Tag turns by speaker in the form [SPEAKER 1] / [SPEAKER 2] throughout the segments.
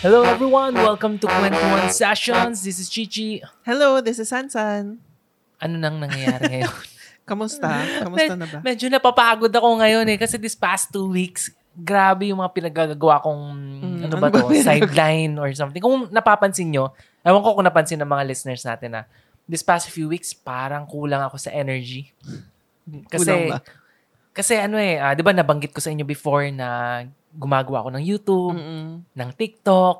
[SPEAKER 1] Hello everyone! Welcome to Kwentuhan Sessions. This is Chichi.
[SPEAKER 2] Hello, this is Sansan.
[SPEAKER 1] Ano nang nangyayari ngayon?
[SPEAKER 2] Kamusta? Kamusta na ba?
[SPEAKER 1] Medyo napapagod ako ngayon eh kasi this past two weeks, grabe yung mga pinagagawa kong
[SPEAKER 2] Mm,
[SPEAKER 1] ano ba
[SPEAKER 2] ano ba
[SPEAKER 1] to,
[SPEAKER 2] pinag-
[SPEAKER 1] sideline or something. Kung napapansin nyo, ewan ko kung napansin ng mga listeners natin na this past few weeks, parang kulang ako sa energy. Kasi,
[SPEAKER 2] Kulang ba?
[SPEAKER 1] kasi ano eh, ah, di ba nabanggit ko sa inyo before na gumagawa ako ng YouTube,
[SPEAKER 2] Mm-mm.
[SPEAKER 1] ng TikTok,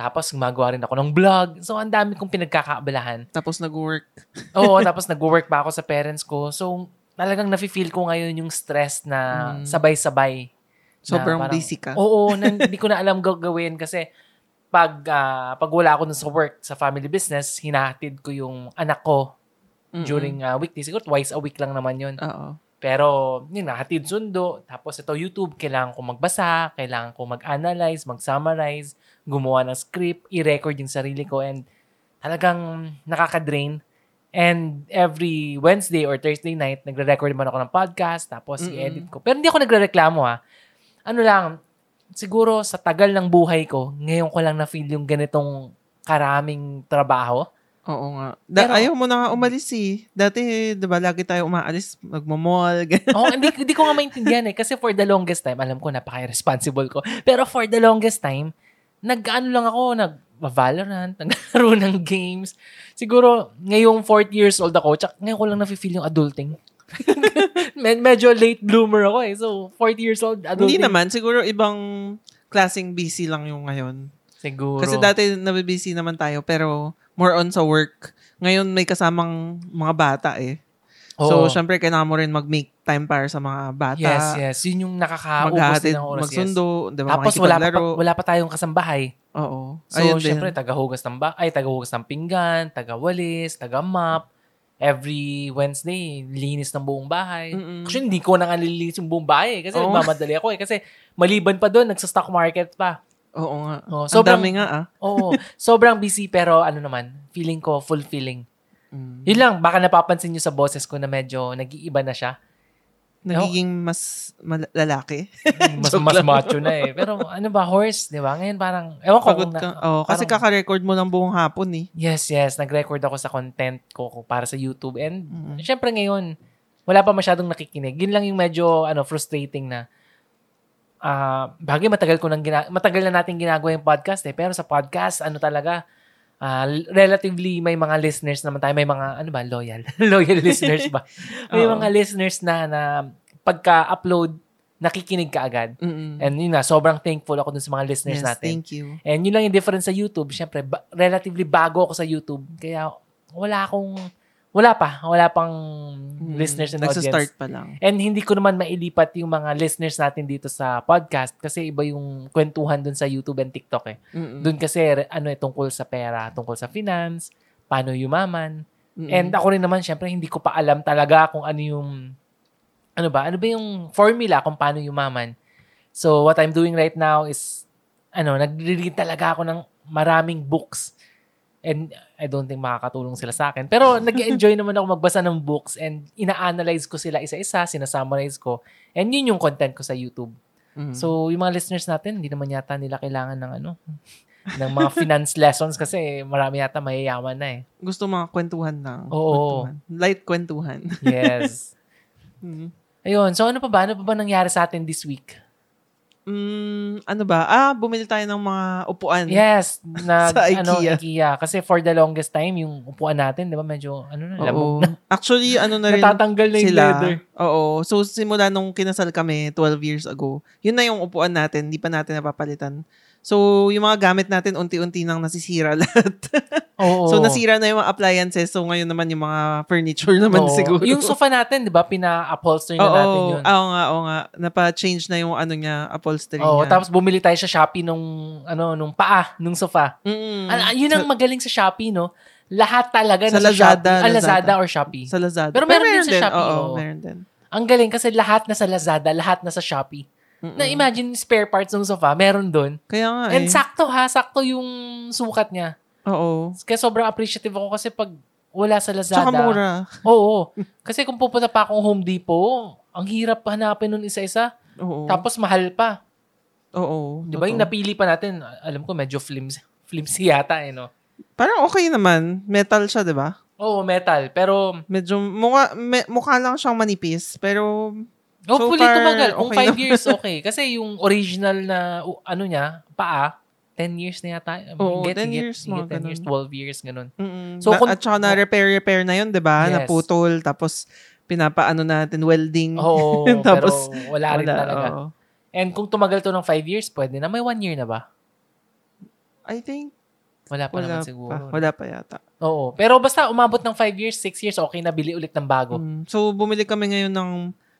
[SPEAKER 1] tapos gumagawa rin ako ng vlog. So, ang dami kong pinagkakaabalahan.
[SPEAKER 2] Tapos nag-work.
[SPEAKER 1] Oo, tapos nag-work pa ako sa parents ko. So, talagang nafe-feel ko ngayon yung stress na
[SPEAKER 2] Mm.
[SPEAKER 1] sabay-sabay. na
[SPEAKER 2] Sobrang
[SPEAKER 1] parang-
[SPEAKER 2] busy ka.
[SPEAKER 1] Oo, na hindi ko na alam gagawin kasi pag, ah, pag wala ako nun sa work, sa family business, hinahatid ko yung anak ko
[SPEAKER 2] Mm-mm.
[SPEAKER 1] during ah, weekdays. Siguro twice a week lang naman yun.
[SPEAKER 2] Oo.
[SPEAKER 1] Pero, yun na, hatid sundo. Tapos ito, YouTube, kailangan ko magbasa, kailangan ko mag-analyze, mag-summarize, gumawa ng script, i-record yung sarili ko, and talagang nakaka-drain. And every Wednesday or Thursday night, nagre-record naman ako ng podcast, tapos
[SPEAKER 2] Mm-mm.
[SPEAKER 1] i-edit ko. Pero hindi ako nagre-reklamo, ha. Ano lang, siguro sa tagal ng buhay ko, ngayon ko lang na-feel yung ganitong karaming trabaho.
[SPEAKER 2] Oo nga. Da-
[SPEAKER 1] Pero-
[SPEAKER 2] ayaw mo na nga umalis eh. Dati, di ba, lagi tayo umaalis, magmamall, ganun.
[SPEAKER 1] Oo, hindi, hindi ko nga maintindihan eh. Kasi for the longest time, alam ko, napaka-irresponsible ko. Pero for the longest time, nag-ano lang ako, nag-Valorant, naglaro ng games. Siguro, ngayong 40 years old ako, tsaka ngayon ko lang nafe-feel yung adulting. Med- medyo late bloomer ako eh. So, 40 years old,
[SPEAKER 2] Hindi
[SPEAKER 1] adulting.
[SPEAKER 2] naman, siguro ibang klaseng busy lang yung ngayon.
[SPEAKER 1] Siguro.
[SPEAKER 2] Kasi dati nabibusy naman tayo, pero more on sa work. Ngayon may kasamang mga bata eh.
[SPEAKER 1] Oo.
[SPEAKER 2] So, syempre, kailangan mo rin mag-make time para sa mga bata.
[SPEAKER 1] Yes, yes. Yun yung nakakaubos din
[SPEAKER 2] Maghahatid,
[SPEAKER 1] ng oras. yes.
[SPEAKER 2] magsundo, di ba,
[SPEAKER 1] Tapos wala pa,
[SPEAKER 2] makikipaglaro.
[SPEAKER 1] wala pa tayong kasambahay.
[SPEAKER 2] Oo.
[SPEAKER 1] So,
[SPEAKER 2] Ayun din.
[SPEAKER 1] syempre, tagahugas ng ba ay tagahugas ng pinggan, tagawalis, taga-map. Every Wednesday, linis ng buong bahay.
[SPEAKER 2] Mm-mm. Oh.
[SPEAKER 1] Actually, hindi ko nang nalilinis yung buong bahay eh, kasi
[SPEAKER 2] Oo.
[SPEAKER 1] nagmamadali ako eh. Kasi maliban pa doon, nagsa-stock market pa.
[SPEAKER 2] Oo nga.
[SPEAKER 1] Oh,
[SPEAKER 2] Ang
[SPEAKER 1] sobrang,
[SPEAKER 2] dami nga ah.
[SPEAKER 1] oo, sobrang busy pero ano naman, feeling ko fulfilling.
[SPEAKER 2] Mm.
[SPEAKER 1] Yun lang, baka napapansin nyo sa boses ko na medyo nag-iiba na siya.
[SPEAKER 2] Nagiging mas mal- lalaki.
[SPEAKER 1] Mas,
[SPEAKER 2] Joke
[SPEAKER 1] mas
[SPEAKER 2] lang.
[SPEAKER 1] macho na eh. Pero ano ba, horse, di ba? Ngayon parang, ewan ko
[SPEAKER 2] Pagod
[SPEAKER 1] kung
[SPEAKER 2] ka.
[SPEAKER 1] na-
[SPEAKER 2] Oh, kasi
[SPEAKER 1] parang-
[SPEAKER 2] kaka-record mo ng buong hapon eh.
[SPEAKER 1] Yes, yes. Nag-record ako sa content ko ko- para sa YouTube. And
[SPEAKER 2] Mm.
[SPEAKER 1] syempre ngayon, wala pa masyadong nakikinig. Yun lang yung medyo ano, frustrating na ah bagay matagal ko nang gina- matagal na natin ginagawa yung podcast eh. Pero sa podcast, ano talaga, ah, l- relatively may mga listeners naman tayo. May mga, ano ba, loyal? loyal listeners ba? May
[SPEAKER 2] Oo.
[SPEAKER 1] mga listeners na, na pagka-upload, nakikinig ka agad.
[SPEAKER 2] Mm-mm.
[SPEAKER 1] And yun na, sobrang thankful ako dun sa mga listeners
[SPEAKER 2] yes,
[SPEAKER 1] natin.
[SPEAKER 2] thank you.
[SPEAKER 1] And yun lang yung difference sa YouTube. Siyempre, ba- relatively bago ako sa YouTube. Kaya wala akong, wala pa. Wala pang
[SPEAKER 2] Mm.
[SPEAKER 1] listeners and
[SPEAKER 2] Nagsa-start
[SPEAKER 1] audience.
[SPEAKER 2] pa lang.
[SPEAKER 1] And hindi ko naman mailipat yung mga listeners natin dito sa podcast kasi iba yung kwentuhan dun sa YouTube and TikTok eh.
[SPEAKER 2] Mm-mm.
[SPEAKER 1] Dun kasi re- ano eh, tungkol sa pera, tungkol sa finance, paano yumaman.
[SPEAKER 2] Mm-mm.
[SPEAKER 1] Mm-hmm. And ah, ako rin naman, siyempre, hindi ko pa alam talaga kung ano yung, ano ba, ano ba yung formula kung paano yumaman. So, what I'm doing right now is, ano, nag-read talaga ako ng maraming books. And I don't think makakatulong sila sa akin. Pero nag enjoy naman ako magbasa ng books and ina-analyze ko sila isa-isa, sinasummarize ko. And yun yung content ko sa YouTube.
[SPEAKER 2] Mm.
[SPEAKER 1] So, yung mga listeners natin, hindi naman yata nila kailangan ng ano, ng mga finance lessons kasi marami yata mayayaman na eh.
[SPEAKER 2] gusto mga kwentuhan lang.
[SPEAKER 1] Oo.
[SPEAKER 2] Kwentuhan. Light kwentuhan.
[SPEAKER 1] Yes.
[SPEAKER 2] Mm.
[SPEAKER 1] Ayun, so ano pa ba? Ano pa ba nangyari sa atin this week?
[SPEAKER 2] Mm, ano ba? Ah, bumili tayo ng mga upuan.
[SPEAKER 1] Yes, na
[SPEAKER 2] Ano? Sa IKEA.
[SPEAKER 1] ano IKEA kasi for the longest time yung upuan natin, 'di ba, medyo ano na,
[SPEAKER 2] Oo.
[SPEAKER 1] lamog.
[SPEAKER 2] Actually, ano na rin
[SPEAKER 1] Natatanggal na yung
[SPEAKER 2] sila.
[SPEAKER 1] leather.
[SPEAKER 2] Oo. So, simula nung kinasal kami 12 years ago, yun na yung upuan natin. Hindi pa natin napapalitan. So, yung mga gamit natin, unti-unti nang nasisira lahat.
[SPEAKER 1] Oo.
[SPEAKER 2] so, nasira na yung mga appliances. So, ngayon naman yung mga furniture naman
[SPEAKER 1] Oo.
[SPEAKER 2] siguro.
[SPEAKER 1] Yung sofa natin, 'di ba, pina-upholster na
[SPEAKER 2] Oo, Ah,
[SPEAKER 1] natin yun.
[SPEAKER 2] oo nga, oo nga. Napa-change na yung ano niya, upholstery
[SPEAKER 1] Oo,
[SPEAKER 2] niya.
[SPEAKER 1] tapos bumili tayo sa Shopee nung ano, nung paa, nung sofa.
[SPEAKER 2] Mm.
[SPEAKER 1] Ah, yun ang magaling sa Shopee, no? Lahat talaga
[SPEAKER 2] Sa
[SPEAKER 1] nasa
[SPEAKER 2] Lazada,
[SPEAKER 1] Shopee. Ah, Lazada
[SPEAKER 2] Lazada.
[SPEAKER 1] or Shopee.
[SPEAKER 2] Sa Lazada.
[SPEAKER 1] Pero meron din sa Shopee,
[SPEAKER 2] Oo,
[SPEAKER 1] oo.
[SPEAKER 2] meron din.
[SPEAKER 1] Ang galing kasi lahat na sa Lazada, lahat na sa Shopee.
[SPEAKER 2] Mm-mm.
[SPEAKER 1] Na imagine spare parts ng sofa, meron doon.
[SPEAKER 2] Kaya nga eh.
[SPEAKER 1] And sakto ha, sakto yung sukat niya.
[SPEAKER 2] Oo.
[SPEAKER 1] Kaya sobrang appreciative ako kasi pag wala sa Lazada.
[SPEAKER 2] Tsaka mura.
[SPEAKER 1] Oo. Kasi kung pupunta pa akong Home Depot, ang hirap hanapin nun isa-isa.
[SPEAKER 2] Oo.
[SPEAKER 1] Tapos mahal pa.
[SPEAKER 2] Oo.
[SPEAKER 1] Di ba yung
[SPEAKER 2] totoo.
[SPEAKER 1] napili pa natin, alam ko medyo flimsy, flimsy yata eh, no?
[SPEAKER 2] Parang okay naman. Metal siya, di ba?
[SPEAKER 1] Oo, metal. Pero
[SPEAKER 2] Medyo mukha, me- mukha lang siyang manipis. Pero,
[SPEAKER 1] hopefully
[SPEAKER 2] far,
[SPEAKER 1] tumagal. Kung 5
[SPEAKER 2] okay naman.
[SPEAKER 1] years, okay. Kasi yung original na, u- ano niya, paa, 10 years na yata. I mean,
[SPEAKER 2] Oo,
[SPEAKER 1] get,
[SPEAKER 2] 10
[SPEAKER 1] get,
[SPEAKER 2] years,
[SPEAKER 1] get
[SPEAKER 2] mga
[SPEAKER 1] 10 years,
[SPEAKER 2] ganun.
[SPEAKER 1] 12 years, ganun.
[SPEAKER 2] mm
[SPEAKER 1] So,
[SPEAKER 2] so,
[SPEAKER 1] kung-
[SPEAKER 2] at saka na repair-repair na yun, di ba?
[SPEAKER 1] Yes.
[SPEAKER 2] Naputol. Tapos, pinapaano natin, welding.
[SPEAKER 1] Oo,
[SPEAKER 2] Tapos,
[SPEAKER 1] pero wala rin Oh, talaga.
[SPEAKER 2] oo.
[SPEAKER 1] And kung tumagal to ng 5 years, pwede na. May 1 year na ba?
[SPEAKER 2] I think,
[SPEAKER 1] Wala pa
[SPEAKER 2] wala
[SPEAKER 1] Ano naman
[SPEAKER 2] pa.
[SPEAKER 1] siguro.
[SPEAKER 2] Wala pa yata.
[SPEAKER 1] Oo. Pero basta umabot ng 5 years, 6 years, okay na bili ulit ng bago.
[SPEAKER 2] Mm, so, bumili kami ngayon ng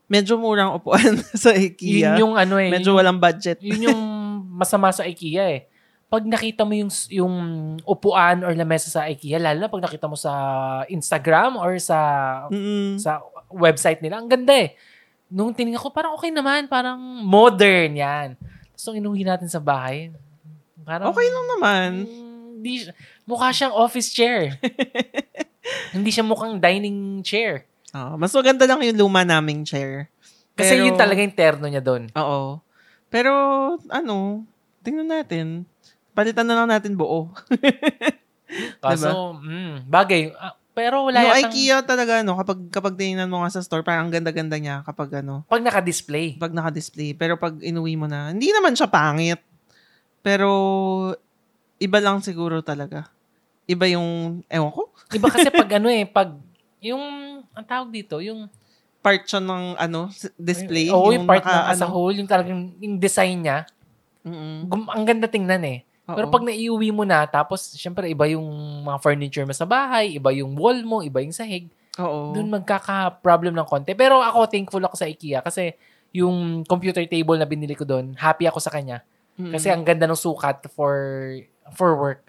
[SPEAKER 2] medyo murang upuan sa IKEA.
[SPEAKER 1] Yun yung ano eh.
[SPEAKER 2] medyo walang budget.
[SPEAKER 1] yun yung masama sa IKEA eh. Pag nakita mo yung yung upuan or lamesa sa IKEA, lalo na pag nakita mo sa Instagram or sa
[SPEAKER 2] Mm-mm.
[SPEAKER 1] sa website nila, ang ganda eh. Nung tinignan ko, parang okay naman, parang modern yan. Tapos nung inuwi natin sa bahay, parang...
[SPEAKER 2] Okay lang naman.
[SPEAKER 1] Mm, di, siya- mukha siyang office chair. Hindi siya mukhang dining chair.
[SPEAKER 2] Oo, Ah, mas maganda lang yung luma naming chair.
[SPEAKER 1] Kasi
[SPEAKER 2] Pero-
[SPEAKER 1] yun talaga yung terno niya doon.
[SPEAKER 2] Oo. Pero, ano, tingnan natin. Palitan na lang natin buo.
[SPEAKER 1] Kaso, mm, bagay. Ah, pero wala
[SPEAKER 2] Diba? yung
[SPEAKER 1] yatang-
[SPEAKER 2] IKEA talaga, no, kapag, kapag tinignan mo nga sa store, parang ang ganda-ganda niya kapag ano,
[SPEAKER 1] Pag naka-display.
[SPEAKER 2] pag naka-display. Pero pag inuwi mo na, hindi naman siya pangit. Pero, iba lang siguro talaga. Iba yung, ewan ko,
[SPEAKER 1] Iba kasi pag ano eh, pag yung, ang tawag dito, yung
[SPEAKER 2] part siya ng ano, s- display.
[SPEAKER 1] Oo, yung, part na as a
[SPEAKER 2] naka- ano.
[SPEAKER 1] whole, yung talagang yung design niya,
[SPEAKER 2] Mm-mm.
[SPEAKER 1] gum- ang ganda tingnan eh. Pero
[SPEAKER 2] Oo.
[SPEAKER 1] pag naiuwi mo na, tapos syempre iba yung mga furniture mo sa bahay, iba yung wall mo, iba yung sahig,
[SPEAKER 2] Oo.
[SPEAKER 1] doon magkaka-problem ng konti. Pero ako, thankful ako sa IKEA kasi yung computer table na binili ko doon, happy ako sa kanya.
[SPEAKER 2] Mm-mm.
[SPEAKER 1] Kasi ang ganda ng sukat for for work.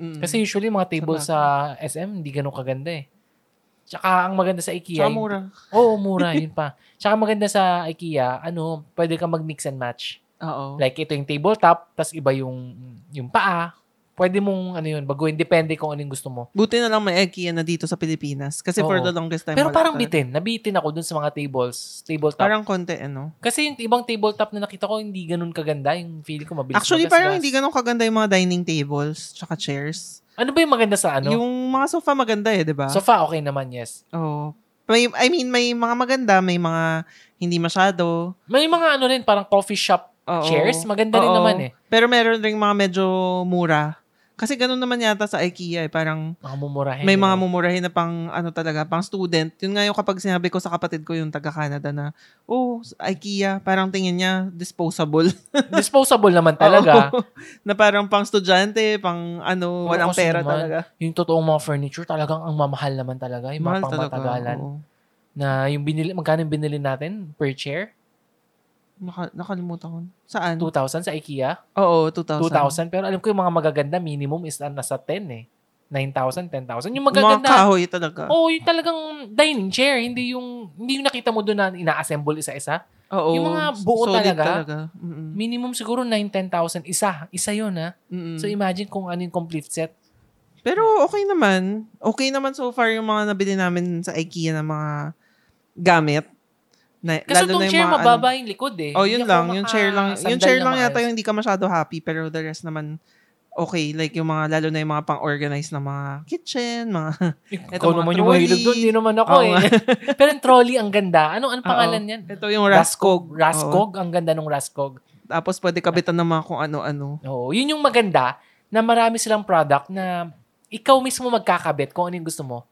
[SPEAKER 2] Mm-mm.
[SPEAKER 1] Kasi usually mga table sa SM, hindi ganun kaganda eh. Tsaka ang maganda sa IKEA,
[SPEAKER 2] Tsaka
[SPEAKER 1] yung-
[SPEAKER 2] mura.
[SPEAKER 1] Oo, mura, yun pa. Tsaka maganda sa IKEA, ano, pwede ka mag-mix and match.
[SPEAKER 2] Oo.
[SPEAKER 1] Like, ito yung tabletop, tas iba yung, yung paa. Pwede mong, ano yun, baguhin. Depende kung ano yung gusto mo.
[SPEAKER 2] Buti na lang may IKEA na dito sa Pilipinas. Kasi for
[SPEAKER 1] Oo.
[SPEAKER 2] the longest time.
[SPEAKER 1] Pero
[SPEAKER 2] wala
[SPEAKER 1] parang
[SPEAKER 2] talaga.
[SPEAKER 1] bitin. Nabitin ako dun sa mga tables, tabletop.
[SPEAKER 2] Parang konti, ano?
[SPEAKER 1] Kasi yung ibang tabletop na nakita ko, hindi ganun kaganda. Yung feeling ko mabilis
[SPEAKER 2] Actually,
[SPEAKER 1] magasgas.
[SPEAKER 2] parang hindi ganun kaganda yung mga dining tables tsaka chairs.
[SPEAKER 1] Ano ba yung maganda sa ano?
[SPEAKER 2] Yung mga sofa maganda eh, di ba?
[SPEAKER 1] Sofa, okay naman, yes.
[SPEAKER 2] Oo. May, I mean, may mga maganda, may mga hindi masyado.
[SPEAKER 1] May mga ano rin, parang coffee shop
[SPEAKER 2] Oo.
[SPEAKER 1] chairs. Maganda rin
[SPEAKER 2] Oo.
[SPEAKER 1] naman eh.
[SPEAKER 2] Pero meron ring mga medyo mura. Kasi ganun naman yata sa IKEA eh. Parang
[SPEAKER 1] Mga mumurahin.
[SPEAKER 2] may mga
[SPEAKER 1] ano.
[SPEAKER 2] mumurahin na pang ano talaga, pang student. Yun nga yung kapag sinabi ko sa kapatid ko yung taga-Canada na, oh, sa IKEA, parang tingin niya disposable.
[SPEAKER 1] Disposable naman talaga.
[SPEAKER 2] Oo. na parang pang estudyante, pang ano,
[SPEAKER 1] Oo,
[SPEAKER 2] walang
[SPEAKER 1] kasi
[SPEAKER 2] pera
[SPEAKER 1] naman,
[SPEAKER 2] talaga.
[SPEAKER 1] yung totoong mga furniture, talagang ang mamahal naman talaga. Yung mga pangmatagalan.
[SPEAKER 2] oo.
[SPEAKER 1] Na yung binili, magkano yung binili natin per chair?
[SPEAKER 2] Naka- nakalimutan ko. Saan?
[SPEAKER 1] 2,000 sa IKEA?
[SPEAKER 2] Oo, 2,000.
[SPEAKER 1] 2,000. Pero alam ko yung mga magaganda, minimum is na- nasa 10 eh. 9,000, 10,000. Yung
[SPEAKER 2] Yung Mga
[SPEAKER 1] magaganda.
[SPEAKER 2] kahoy talaga.
[SPEAKER 1] Oo, oh, yung talagang dining chair. Hindi yung, hindi yung nakita mo doon na ina-assemble isa-isa.
[SPEAKER 2] Oo.
[SPEAKER 1] yung mga buo
[SPEAKER 2] solid
[SPEAKER 1] talaga.
[SPEAKER 2] Mm-mm.
[SPEAKER 1] Minimum siguro 9, 10,000. Isa. Isa yun ha.
[SPEAKER 2] Mm-mm.
[SPEAKER 1] So imagine kung ano yung complete set.
[SPEAKER 2] Pero okay naman. Okay naman so far yung mga nabili namin sa IKEA na mga gamit. Na,
[SPEAKER 1] Kasi
[SPEAKER 2] lalo na
[SPEAKER 1] itong
[SPEAKER 2] yung
[SPEAKER 1] chair
[SPEAKER 2] mga,
[SPEAKER 1] mababa yung likod eh.
[SPEAKER 2] Ano, oh, yun
[SPEAKER 1] Hindi ako
[SPEAKER 2] lang. Yung chair lang. Yung
[SPEAKER 1] makasandal
[SPEAKER 2] chair
[SPEAKER 1] na
[SPEAKER 2] lang yata
[SPEAKER 1] maayos.
[SPEAKER 2] yung hindi ka masyado happy pero the rest naman okay. Like yung mga, lalo na yung mga pang-organize na mga kitchen, mga
[SPEAKER 1] Ikaw
[SPEAKER 2] mga
[SPEAKER 1] naman yung
[SPEAKER 2] trolley.
[SPEAKER 1] mahilig doon, di naman ako
[SPEAKER 2] Oo
[SPEAKER 1] eh.
[SPEAKER 2] nga.
[SPEAKER 1] Pero yung trolley, ang ganda. Ano, anong pangalan yan?
[SPEAKER 2] Ito yung Raskog. Oo.
[SPEAKER 1] Raskog, ang ganda ng Raskog.
[SPEAKER 2] Tapos pwede kabitan ng mga kung ano-ano.
[SPEAKER 1] Oo, yun yung maganda na marami silang product na ikaw mismo magkakabit kung ano yung gusto mo.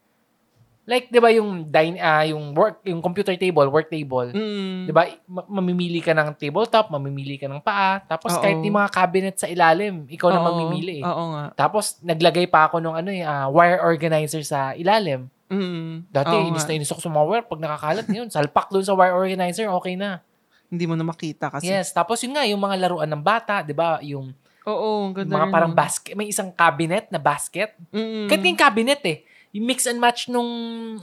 [SPEAKER 1] Like, di ba yung, dine, ah, yung, work, yung computer table, work table,
[SPEAKER 2] Mm.
[SPEAKER 1] di ba, ma- mamimili ka ng tabletop, mamimili ka ng paa, tapos
[SPEAKER 2] Oo.
[SPEAKER 1] kahit yung mga cabinet sa ilalim, ikaw na
[SPEAKER 2] Oo.
[SPEAKER 1] mamimili eh.
[SPEAKER 2] Oo nga.
[SPEAKER 1] Tapos, naglagay pa ako ng ano eh, ah, wire organizer sa ilalim.
[SPEAKER 2] Mm.
[SPEAKER 1] Dati,
[SPEAKER 2] Oo
[SPEAKER 1] inis
[SPEAKER 2] nga.
[SPEAKER 1] na inis ako sa mga wire. Pag nakakalat na yun, salpak doon sa wire organizer, okay na.
[SPEAKER 2] Hindi mo na makita kasi.
[SPEAKER 1] Yes, tapos yun nga, yung mga laruan ng bata, di ba? Yung
[SPEAKER 2] Oo, ang ganda
[SPEAKER 1] mga
[SPEAKER 2] rin
[SPEAKER 1] parang
[SPEAKER 2] nun.
[SPEAKER 1] basket, may isang cabinet na basket.
[SPEAKER 2] Mm.
[SPEAKER 1] Kahit yung cabinet eh, yung mix and match nung,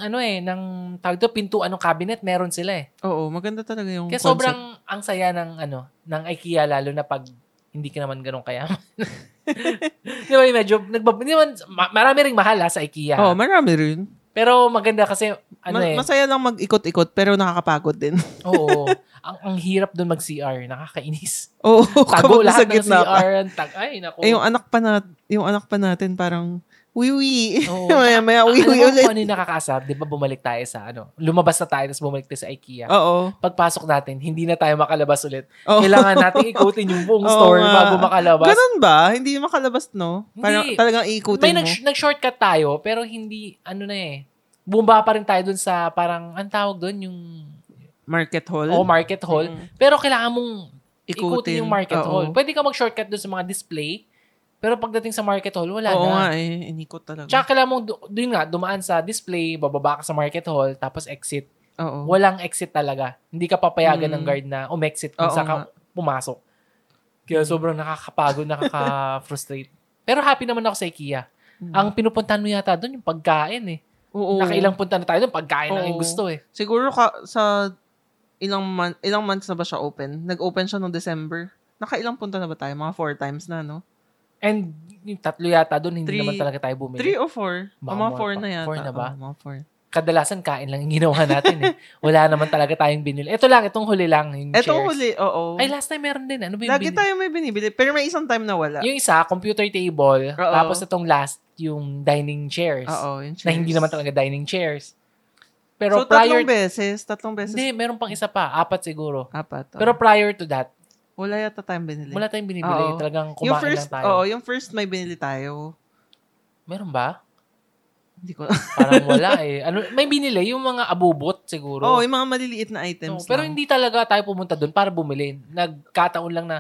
[SPEAKER 1] ano eh, ng, tawag ito, pintuan ng cabinet, meron sila eh.
[SPEAKER 2] Oo, maganda talaga yung
[SPEAKER 1] Kaya
[SPEAKER 2] concept.
[SPEAKER 1] sobrang ang saya ng, ano, ng IKEA, lalo na pag hindi ka naman ganun kayaman. di
[SPEAKER 2] Oh.
[SPEAKER 1] ba, yung medyo, nagbab- di naman, ma- marami ring mahal ha, sa ah, IKEA.
[SPEAKER 2] Oo, marami rin.
[SPEAKER 1] Pero maganda kasi ano
[SPEAKER 2] Ma-
[SPEAKER 1] eh.
[SPEAKER 2] Masaya lang mag-ikot-ikot pero nakakapagod din.
[SPEAKER 1] oo. Ang, ang hirap dun mag-CR. Nakakainis.
[SPEAKER 2] Oo,
[SPEAKER 1] Tago
[SPEAKER 2] kapag
[SPEAKER 1] lahat
[SPEAKER 2] nasa
[SPEAKER 1] ng
[SPEAKER 2] gitna ka.
[SPEAKER 1] CR. ang Tag- ay, naku.
[SPEAKER 2] Eh, yung anak pa na, yung anak pa natin parang wiwi.
[SPEAKER 1] Oo.
[SPEAKER 2] maya maya
[SPEAKER 1] Alam
[SPEAKER 2] wiwi
[SPEAKER 1] mo
[SPEAKER 2] ulit.
[SPEAKER 1] kung ano yung nakakasab? Di ba bumalik tayo sa ano? Lumabas na tayo tapos bumalik tayo sa IKEA.
[SPEAKER 2] Oo.
[SPEAKER 1] Pagpasok natin, hindi na tayo makalabas ulit.
[SPEAKER 2] Oo.
[SPEAKER 1] Kailangan natin ikutin yung buong
[SPEAKER 2] Oh. Oo
[SPEAKER 1] store
[SPEAKER 2] nga.
[SPEAKER 1] bago makalabas.
[SPEAKER 2] Ganun ba? Hindi makalabas, no? Parang
[SPEAKER 1] Hindi.
[SPEAKER 2] talagang
[SPEAKER 1] May
[SPEAKER 2] iikutin mo.
[SPEAKER 1] nag- shortcut tayo pero hindi ano na eh. Bumaba pa rin tayo dun sa parang ang tawag dun yung
[SPEAKER 2] Market hall.
[SPEAKER 1] o market hall.
[SPEAKER 2] Mm.
[SPEAKER 1] Pero kailangan mong ikutin,
[SPEAKER 2] Ikutin.
[SPEAKER 1] yung market
[SPEAKER 2] Oo.
[SPEAKER 1] hall. Pwede ka mag-shortcut dun sa mga display pero pagdating sa market hall, wala
[SPEAKER 2] Oo
[SPEAKER 1] na.
[SPEAKER 2] nga eh. Inikot talaga.
[SPEAKER 1] Tsaka kailangan mong, du- dun nga, dumaan sa display, bababa ka sa market hall, tapos exit.
[SPEAKER 2] Oo.
[SPEAKER 1] walang exit talaga. Hindi ka papayagan
[SPEAKER 2] Mm.
[SPEAKER 1] ng guard na umexit kung
[SPEAKER 2] Oo
[SPEAKER 1] saan ka pumasok. Kaya sobrang nakakapagod, nakaka-frustrate. Pero happy naman ako sa IKEA.
[SPEAKER 2] Mm.
[SPEAKER 1] Ang pinupuntahan mo yata doon yung pagkain eh.
[SPEAKER 2] Oo.
[SPEAKER 1] Nakailang punta na tayo doon, pagkain ang
[SPEAKER 2] Oo.
[SPEAKER 1] yung gusto eh.
[SPEAKER 2] Siguro ka, sa ilang man, ilang months na ba siya open? Nag-open siya noong December. Nakailang punta na ba tayo? Mga four times na, no?
[SPEAKER 1] And yung tatlo yata doon, hindi
[SPEAKER 2] Three-
[SPEAKER 1] naman talaga tayo bumili.
[SPEAKER 2] Three or four?
[SPEAKER 1] Baka
[SPEAKER 2] O, mga
[SPEAKER 1] more
[SPEAKER 2] four
[SPEAKER 1] pa.
[SPEAKER 2] na yata.
[SPEAKER 1] Four na ba?
[SPEAKER 2] Oo, mga four.
[SPEAKER 1] Kadalasan kain lang yung ginawa natin eh. Wala naman talaga tayong binili. Ito lang, itong huli lang. Yung
[SPEAKER 2] Ito
[SPEAKER 1] chairs.
[SPEAKER 2] huli, oo.
[SPEAKER 1] Ay, last time meron din. Ano ba yung
[SPEAKER 2] Lagi
[SPEAKER 1] binili?
[SPEAKER 2] tayo may binibili. Pero may isang time na wala.
[SPEAKER 1] Yung isa, computer table.
[SPEAKER 2] Oo.
[SPEAKER 1] Tapos itong last, yung dining chairs.
[SPEAKER 2] Oo, yung
[SPEAKER 1] na hindi
[SPEAKER 2] chairs.
[SPEAKER 1] naman talaga dining chairs. Pero
[SPEAKER 2] so,
[SPEAKER 1] prior,
[SPEAKER 2] tatlong beses, tatlong beses,
[SPEAKER 1] hindi, meron pang isa pa, apat siguro.
[SPEAKER 2] apat. oh.
[SPEAKER 1] Pero prior to that,
[SPEAKER 2] wala yata tayong binili.
[SPEAKER 1] wala tayong binibili,
[SPEAKER 2] Oo.
[SPEAKER 1] talagang kumain
[SPEAKER 2] yung first,
[SPEAKER 1] lang tayo.
[SPEAKER 2] oo, yung first may binili tayo.
[SPEAKER 1] Meron ba?
[SPEAKER 2] Hindi ko.
[SPEAKER 1] Parang wala eh. Ano, may binili, yung mga abubot siguro.
[SPEAKER 2] Oo, yung mga maliliit na
[SPEAKER 1] Oo,
[SPEAKER 2] items.
[SPEAKER 1] pero
[SPEAKER 2] lang.
[SPEAKER 1] hindi talaga tayo pumunta doon para bumili. Nagkataon lang na,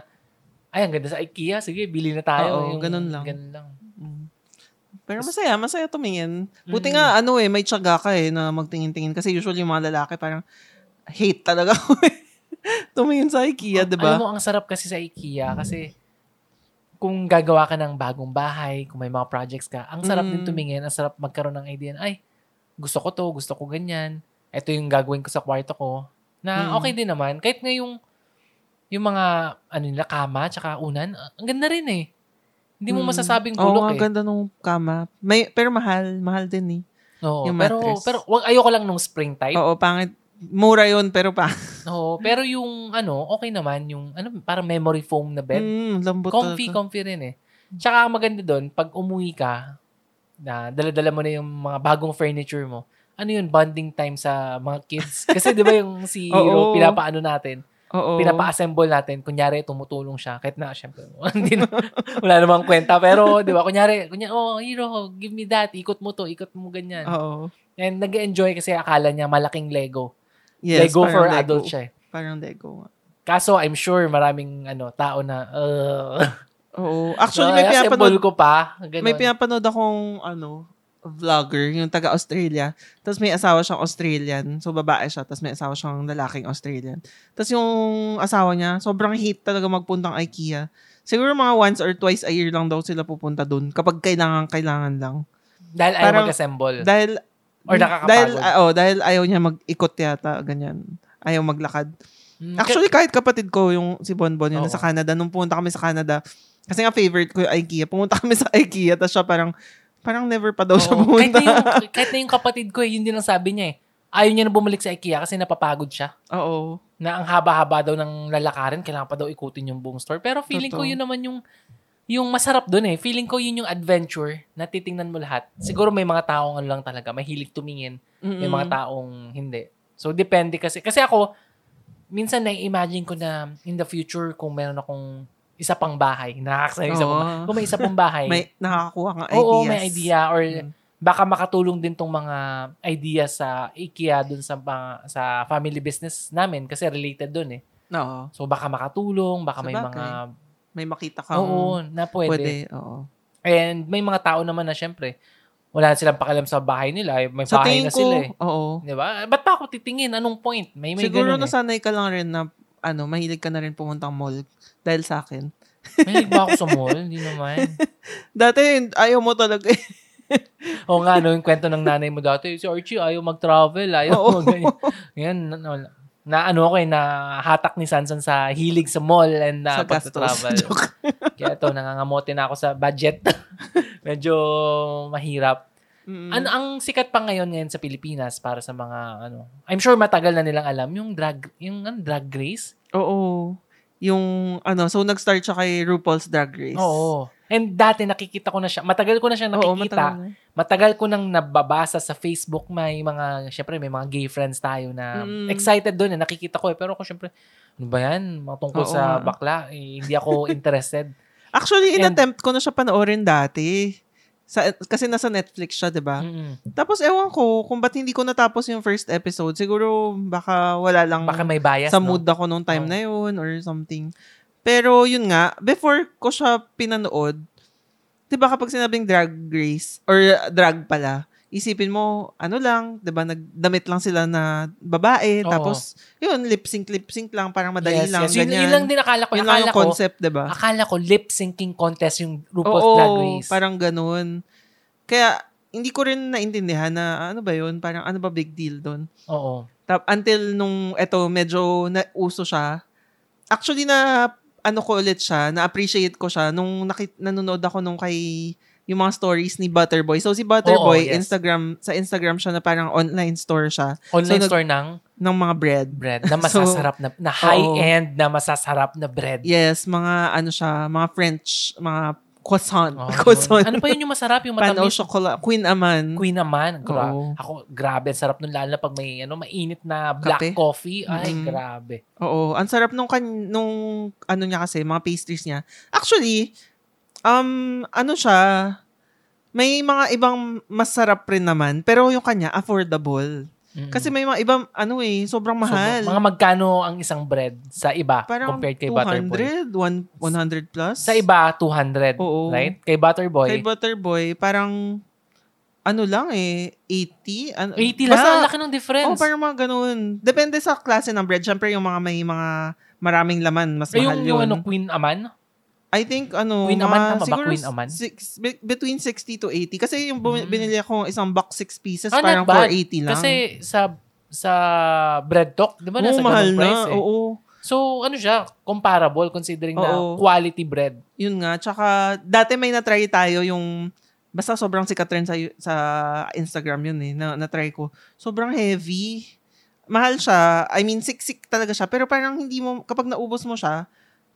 [SPEAKER 1] ay, ang ganda sa IKEA, sige, bili na tayo.
[SPEAKER 2] Oo, ganun lang.
[SPEAKER 1] Ganun lang.
[SPEAKER 2] Mm. Pero masaya, masaya tumingin.
[SPEAKER 1] Mm.
[SPEAKER 2] Buti nga, ano eh, may tiyaga ka eh, na magtingin-tingin. Kasi usually yung mga lalaki parang, hate talaga ako eh. tumingin sa IKEA,
[SPEAKER 1] Alam
[SPEAKER 2] diba? di ba?
[SPEAKER 1] Ah, mo, ang sarap kasi sa IKEA kasi kung gagawa ka ng bagong bahay, kung may mga projects ka, ang sarap din
[SPEAKER 2] Mm.
[SPEAKER 1] tumingin, ang sarap magkaroon ng idea na, ay, gusto ko to, gusto ko ganyan. Ito yung gagawin ko sa kwarto ko. Na
[SPEAKER 2] Mm.
[SPEAKER 1] okay din naman. Kahit nga yung, yung mga, ano nila, kama, tsaka unan, ah, ang ganda rin eh. Hindi mo
[SPEAKER 2] Mm.
[SPEAKER 1] masasabing
[SPEAKER 2] Oo,
[SPEAKER 1] bulok
[SPEAKER 2] nga,
[SPEAKER 1] eh.
[SPEAKER 2] ganda nung kama. May, pero mahal, mahal din eh.
[SPEAKER 1] Oo,
[SPEAKER 2] yung
[SPEAKER 1] pero,
[SPEAKER 2] mattress.
[SPEAKER 1] pero wag, ayoko lang nung spring type.
[SPEAKER 2] Oo, pangit. Mura yun, pero pa.
[SPEAKER 1] Oo, pero yung, ano, okay naman, yung, ano, parang memory foam na bed.
[SPEAKER 2] Mm, lambot
[SPEAKER 1] comfy,
[SPEAKER 2] talaga.
[SPEAKER 1] comfy rin eh. Tsaka ang maganda doon, pag umuwi ka, na dala-dala mo na yung mga bagong furniture mo, ano yun, bonding time sa mga kids. Kasi di ba yung si Hero,
[SPEAKER 2] Oo.
[SPEAKER 1] pinapaano natin,
[SPEAKER 2] Oo.
[SPEAKER 1] pinapa-assemble natin, kunyari tumutulong siya, kahit na, syempre, hindi na, wala namang kwenta, pero di ba, kunyari, kunyari, oh, Hero, give me that, ikot mo to, ikot mo ganyan.
[SPEAKER 2] Oo.
[SPEAKER 1] And nag enjoy kasi akala niya malaking Lego.
[SPEAKER 2] Yes,
[SPEAKER 1] Lego for
[SPEAKER 2] parang
[SPEAKER 1] adult siya eh.
[SPEAKER 2] Parang Lego nga.
[SPEAKER 1] Kaso, I'm sure maraming ano tao na, uh,
[SPEAKER 2] Oo. Actually, may
[SPEAKER 1] Ay,
[SPEAKER 2] pinapanood,
[SPEAKER 1] assemble ko pa. Ganun.
[SPEAKER 2] may pinapanood akong, ano, vlogger, yung taga-Australia. Tapos may asawa siyang Australian. So, babae siya. Tapos may asawa siyang lalaking Australian. Tapos yung asawa niya, sobrang hate talaga magpuntang IKEA. Siguro mga once or twice a year lang daw sila pupunta dun. Kapag kailangan, kailangan lang.
[SPEAKER 1] Dahil ayaw
[SPEAKER 2] Parang-
[SPEAKER 1] mag-assemble.
[SPEAKER 2] Dahil,
[SPEAKER 1] Or nakakapagod.
[SPEAKER 2] Dahil, ah, oh, dahil ayaw niya mag-ikot yata, ganyan. Ayaw maglakad.
[SPEAKER 1] Mm,
[SPEAKER 2] Actually, kahit kapatid ko, yung si Bonbon, yun,
[SPEAKER 1] Oo.
[SPEAKER 2] nasa Canada, nung pumunta kami sa Canada, kasi nga favorite ko yung IKEA, pumunta kami sa IKEA, tapos siya parang, parang never pa daw
[SPEAKER 1] kahit,
[SPEAKER 2] siya
[SPEAKER 1] oo, kahit,
[SPEAKER 2] pumunta.
[SPEAKER 1] na yung, kahit na yung kapatid ko, eh, yun din ang sabi niya eh. Ayaw niya na bumalik sa IKEA kasi napapagod siya.
[SPEAKER 2] Oo.
[SPEAKER 1] Na ang haba-haba daw ng lalakarin, kailangan pa daw ikutin yung buong store. Pero feeling ko
[SPEAKER 2] Totoo.
[SPEAKER 1] yun naman yung yung masarap doon eh. Feeling ko yun yung adventure na titingnan mo lahat. Siguro may mga taong ano lang talaga, mahilig tumingin. May mga
[SPEAKER 2] Mm.
[SPEAKER 1] taong hindi. So, depende kasi. Kasi ako, minsan na-imagine ko na in the future kung meron akong isa pang bahay. Nakakasaya isa
[SPEAKER 2] Oo.
[SPEAKER 1] pang bahay. Kung may isa pang bahay.
[SPEAKER 2] May nakakakuha kang ideas.
[SPEAKER 1] Oo, may idea or
[SPEAKER 2] Mm.
[SPEAKER 1] baka makatulong din tong mga idea sa IKEA dun sa mga- sa family business namin kasi related dun eh.
[SPEAKER 2] Oo.
[SPEAKER 1] So baka makatulong, baka may
[SPEAKER 2] Sabagay.
[SPEAKER 1] mga
[SPEAKER 2] May makita kang
[SPEAKER 1] oo na pwede.
[SPEAKER 2] pwede. Oo.
[SPEAKER 1] And may mga tao naman na syempre wala silang pakialam sa bahay nila, eh, may
[SPEAKER 2] Sa
[SPEAKER 1] bahay
[SPEAKER 2] tingin
[SPEAKER 1] na
[SPEAKER 2] ko,
[SPEAKER 1] sila eh.
[SPEAKER 2] oo.
[SPEAKER 1] 'Di ba? Ba't pa ako titingin? Anong point? May may
[SPEAKER 2] Siguro
[SPEAKER 1] ganun eh.
[SPEAKER 2] nasanay ka lang rin na ano, mahilig ka na rin pumuntang mall dahil sa akin.
[SPEAKER 1] Mahilig ba ako sa mall? Hindi naman.
[SPEAKER 2] Dati, ayaw mo talaga. eh.
[SPEAKER 1] Oo nga, no, yung kwento ng nanay mo dati, si Archie ayaw mag-travel, ayaw
[SPEAKER 2] Oo.
[SPEAKER 1] mag-ganyan. Yan, na, na- na ano ako eh, na hatak ni Sansan sa hilig sa mall and na
[SPEAKER 2] sa gastos.
[SPEAKER 1] pagta-travel.
[SPEAKER 2] Joke.
[SPEAKER 1] Kaya ito, nangangamote na ako sa budget. Medyo mahirap.
[SPEAKER 2] Mm.
[SPEAKER 1] Ano ang sikat pa ngayon ngayon sa Pilipinas para sa mga ano? I'm sure matagal na nilang alam yung drag yung ano, drag race.
[SPEAKER 2] Oo. Yung ano, so nag-start siya kay RuPaul's Drag Race.
[SPEAKER 1] Oo. And dati nakikita ko na siya. Matagal ko na siya nakikita.
[SPEAKER 2] Oo, matagal na.
[SPEAKER 1] matagal ko nang nababasa sa Facebook may mga syempre may mga gay friends tayo na
[SPEAKER 2] Mm.
[SPEAKER 1] excited doon eh nakikita ko eh pero ako syempre ano ba yan mga tungkol
[SPEAKER 2] Oo
[SPEAKER 1] sa
[SPEAKER 2] nga.
[SPEAKER 1] bakla eh, hindi ako interested
[SPEAKER 2] Actually,
[SPEAKER 1] And-
[SPEAKER 2] inattempt ko na siya panoorin dati. Sa, kasi nasa Netflix siya, di ba?
[SPEAKER 1] Mm-mm.
[SPEAKER 2] Tapos ewan ko kung ba't hindi ko natapos yung first episode. Siguro baka wala lang
[SPEAKER 1] baka may bias
[SPEAKER 2] sa
[SPEAKER 1] no? Oh.
[SPEAKER 2] mood ako nung time
[SPEAKER 1] Oo.
[SPEAKER 2] na yun or something. Pero yun nga, before ko siya pinanood, di ba kapag sinabing drag race, or uh, drag pala, isipin mo, ano lang, di ba, nagdamit lang sila na babae,
[SPEAKER 1] Oo.
[SPEAKER 2] tapos, yun, lip-sync, lip-sync lang, parang madali
[SPEAKER 1] Yes,
[SPEAKER 2] lang,
[SPEAKER 1] yes. Yun-
[SPEAKER 2] ganyan.
[SPEAKER 1] Yun, lang din akala ko
[SPEAKER 2] Yun lang
[SPEAKER 1] akala
[SPEAKER 2] yung
[SPEAKER 1] ko
[SPEAKER 2] concept, di ba?
[SPEAKER 1] akala ko lip syncing contest yung RuPaul's
[SPEAKER 2] Oo,
[SPEAKER 1] Drag Race
[SPEAKER 2] parang ganun. Kaya, hindi ko rin naintindihan na, ano ba yun, parang ano ba big deal doon.
[SPEAKER 1] oo
[SPEAKER 2] Tap, until nung eto medyo nauso siya. Actually na ano ko ulit siya, na-appreciate ko siya nung nakit- nanonood ako nung kay yung mga stories ni Butterboy. So si Butterboy,
[SPEAKER 1] Oo, Oh, yes.
[SPEAKER 2] Instagram, sa Instagram siya na parang online store siya
[SPEAKER 1] online
[SPEAKER 2] So, nag-
[SPEAKER 1] store ng
[SPEAKER 2] ng mga bread.
[SPEAKER 1] bread na masasarap na, na high-end na masasarap na bread
[SPEAKER 2] Yes, mga ano siya, mga French, mga croissant.
[SPEAKER 1] Oo,
[SPEAKER 2] croissant.
[SPEAKER 1] yun. ano pa yun yung masarap yung
[SPEAKER 2] Pan au
[SPEAKER 1] matamis
[SPEAKER 2] chocolat. Queen Aman.
[SPEAKER 1] Queen naman. Gra-
[SPEAKER 2] Oo.
[SPEAKER 1] Ako, grabe. Ang sarap nun lalo na pag may ano, mainit na black
[SPEAKER 2] Kape.
[SPEAKER 1] coffee. Ay,
[SPEAKER 2] Mm.
[SPEAKER 1] grabe.
[SPEAKER 2] Oo, ang sarap nung kan nung ano niya kasi, mga pastries niya. Actually, um ano siya, may mga ibang masarap rin naman, pero yung kanya affordable.
[SPEAKER 1] Mm-mm.
[SPEAKER 2] Kasi may mga ibang ano eh, sobrang
[SPEAKER 1] So,
[SPEAKER 2] mahal.
[SPEAKER 1] Hmm. mga magkano ang isang bread sa iba
[SPEAKER 2] Parang
[SPEAKER 1] compared kay Butterboy?
[SPEAKER 2] 200, one- 100 plus.
[SPEAKER 1] Sa iba, 200.
[SPEAKER 2] Oo.
[SPEAKER 1] Right? Kay Butterboy,
[SPEAKER 2] Kay Butterboy, parang ano lang eh, 80? Ano,
[SPEAKER 1] 80 lang.
[SPEAKER 2] basta-
[SPEAKER 1] Ang laki ng difference.
[SPEAKER 2] Oh, parang mga ganun. Depende sa klase ng bread. Siyempre, yung mga may mga maraming laman, mas
[SPEAKER 1] Eh, yung,
[SPEAKER 2] mahal yun.
[SPEAKER 1] yung ano, Queen Aman?
[SPEAKER 2] I think ano,
[SPEAKER 1] Queen Aman,
[SPEAKER 2] mga
[SPEAKER 1] tama ba?
[SPEAKER 2] siguro
[SPEAKER 1] Queen Aman?
[SPEAKER 2] six- be- between 60 to 80. Kasi yung bumi-
[SPEAKER 1] Mm.
[SPEAKER 2] binili akong isang box, six pieces,
[SPEAKER 1] Ah,
[SPEAKER 2] parang
[SPEAKER 1] not bad.
[SPEAKER 2] 480 lang.
[SPEAKER 1] Kasi sa sa bread talk, di ba?
[SPEAKER 2] Oo,
[SPEAKER 1] Nasa
[SPEAKER 2] mahal
[SPEAKER 1] ganung
[SPEAKER 2] na.
[SPEAKER 1] price eh.
[SPEAKER 2] Oo.
[SPEAKER 1] So, ano siya? Comparable considering na
[SPEAKER 2] Oo.
[SPEAKER 1] quality bread.
[SPEAKER 2] Yun nga. Tsaka, dati may natry tayo yung, basta sobrang sikat rin sa, sa Instagram yun eh, na, natry ko. Sobrang heavy. Mahal siya. I mean, siksik talaga siya. Pero parang hindi mo, kapag naubos mo siya,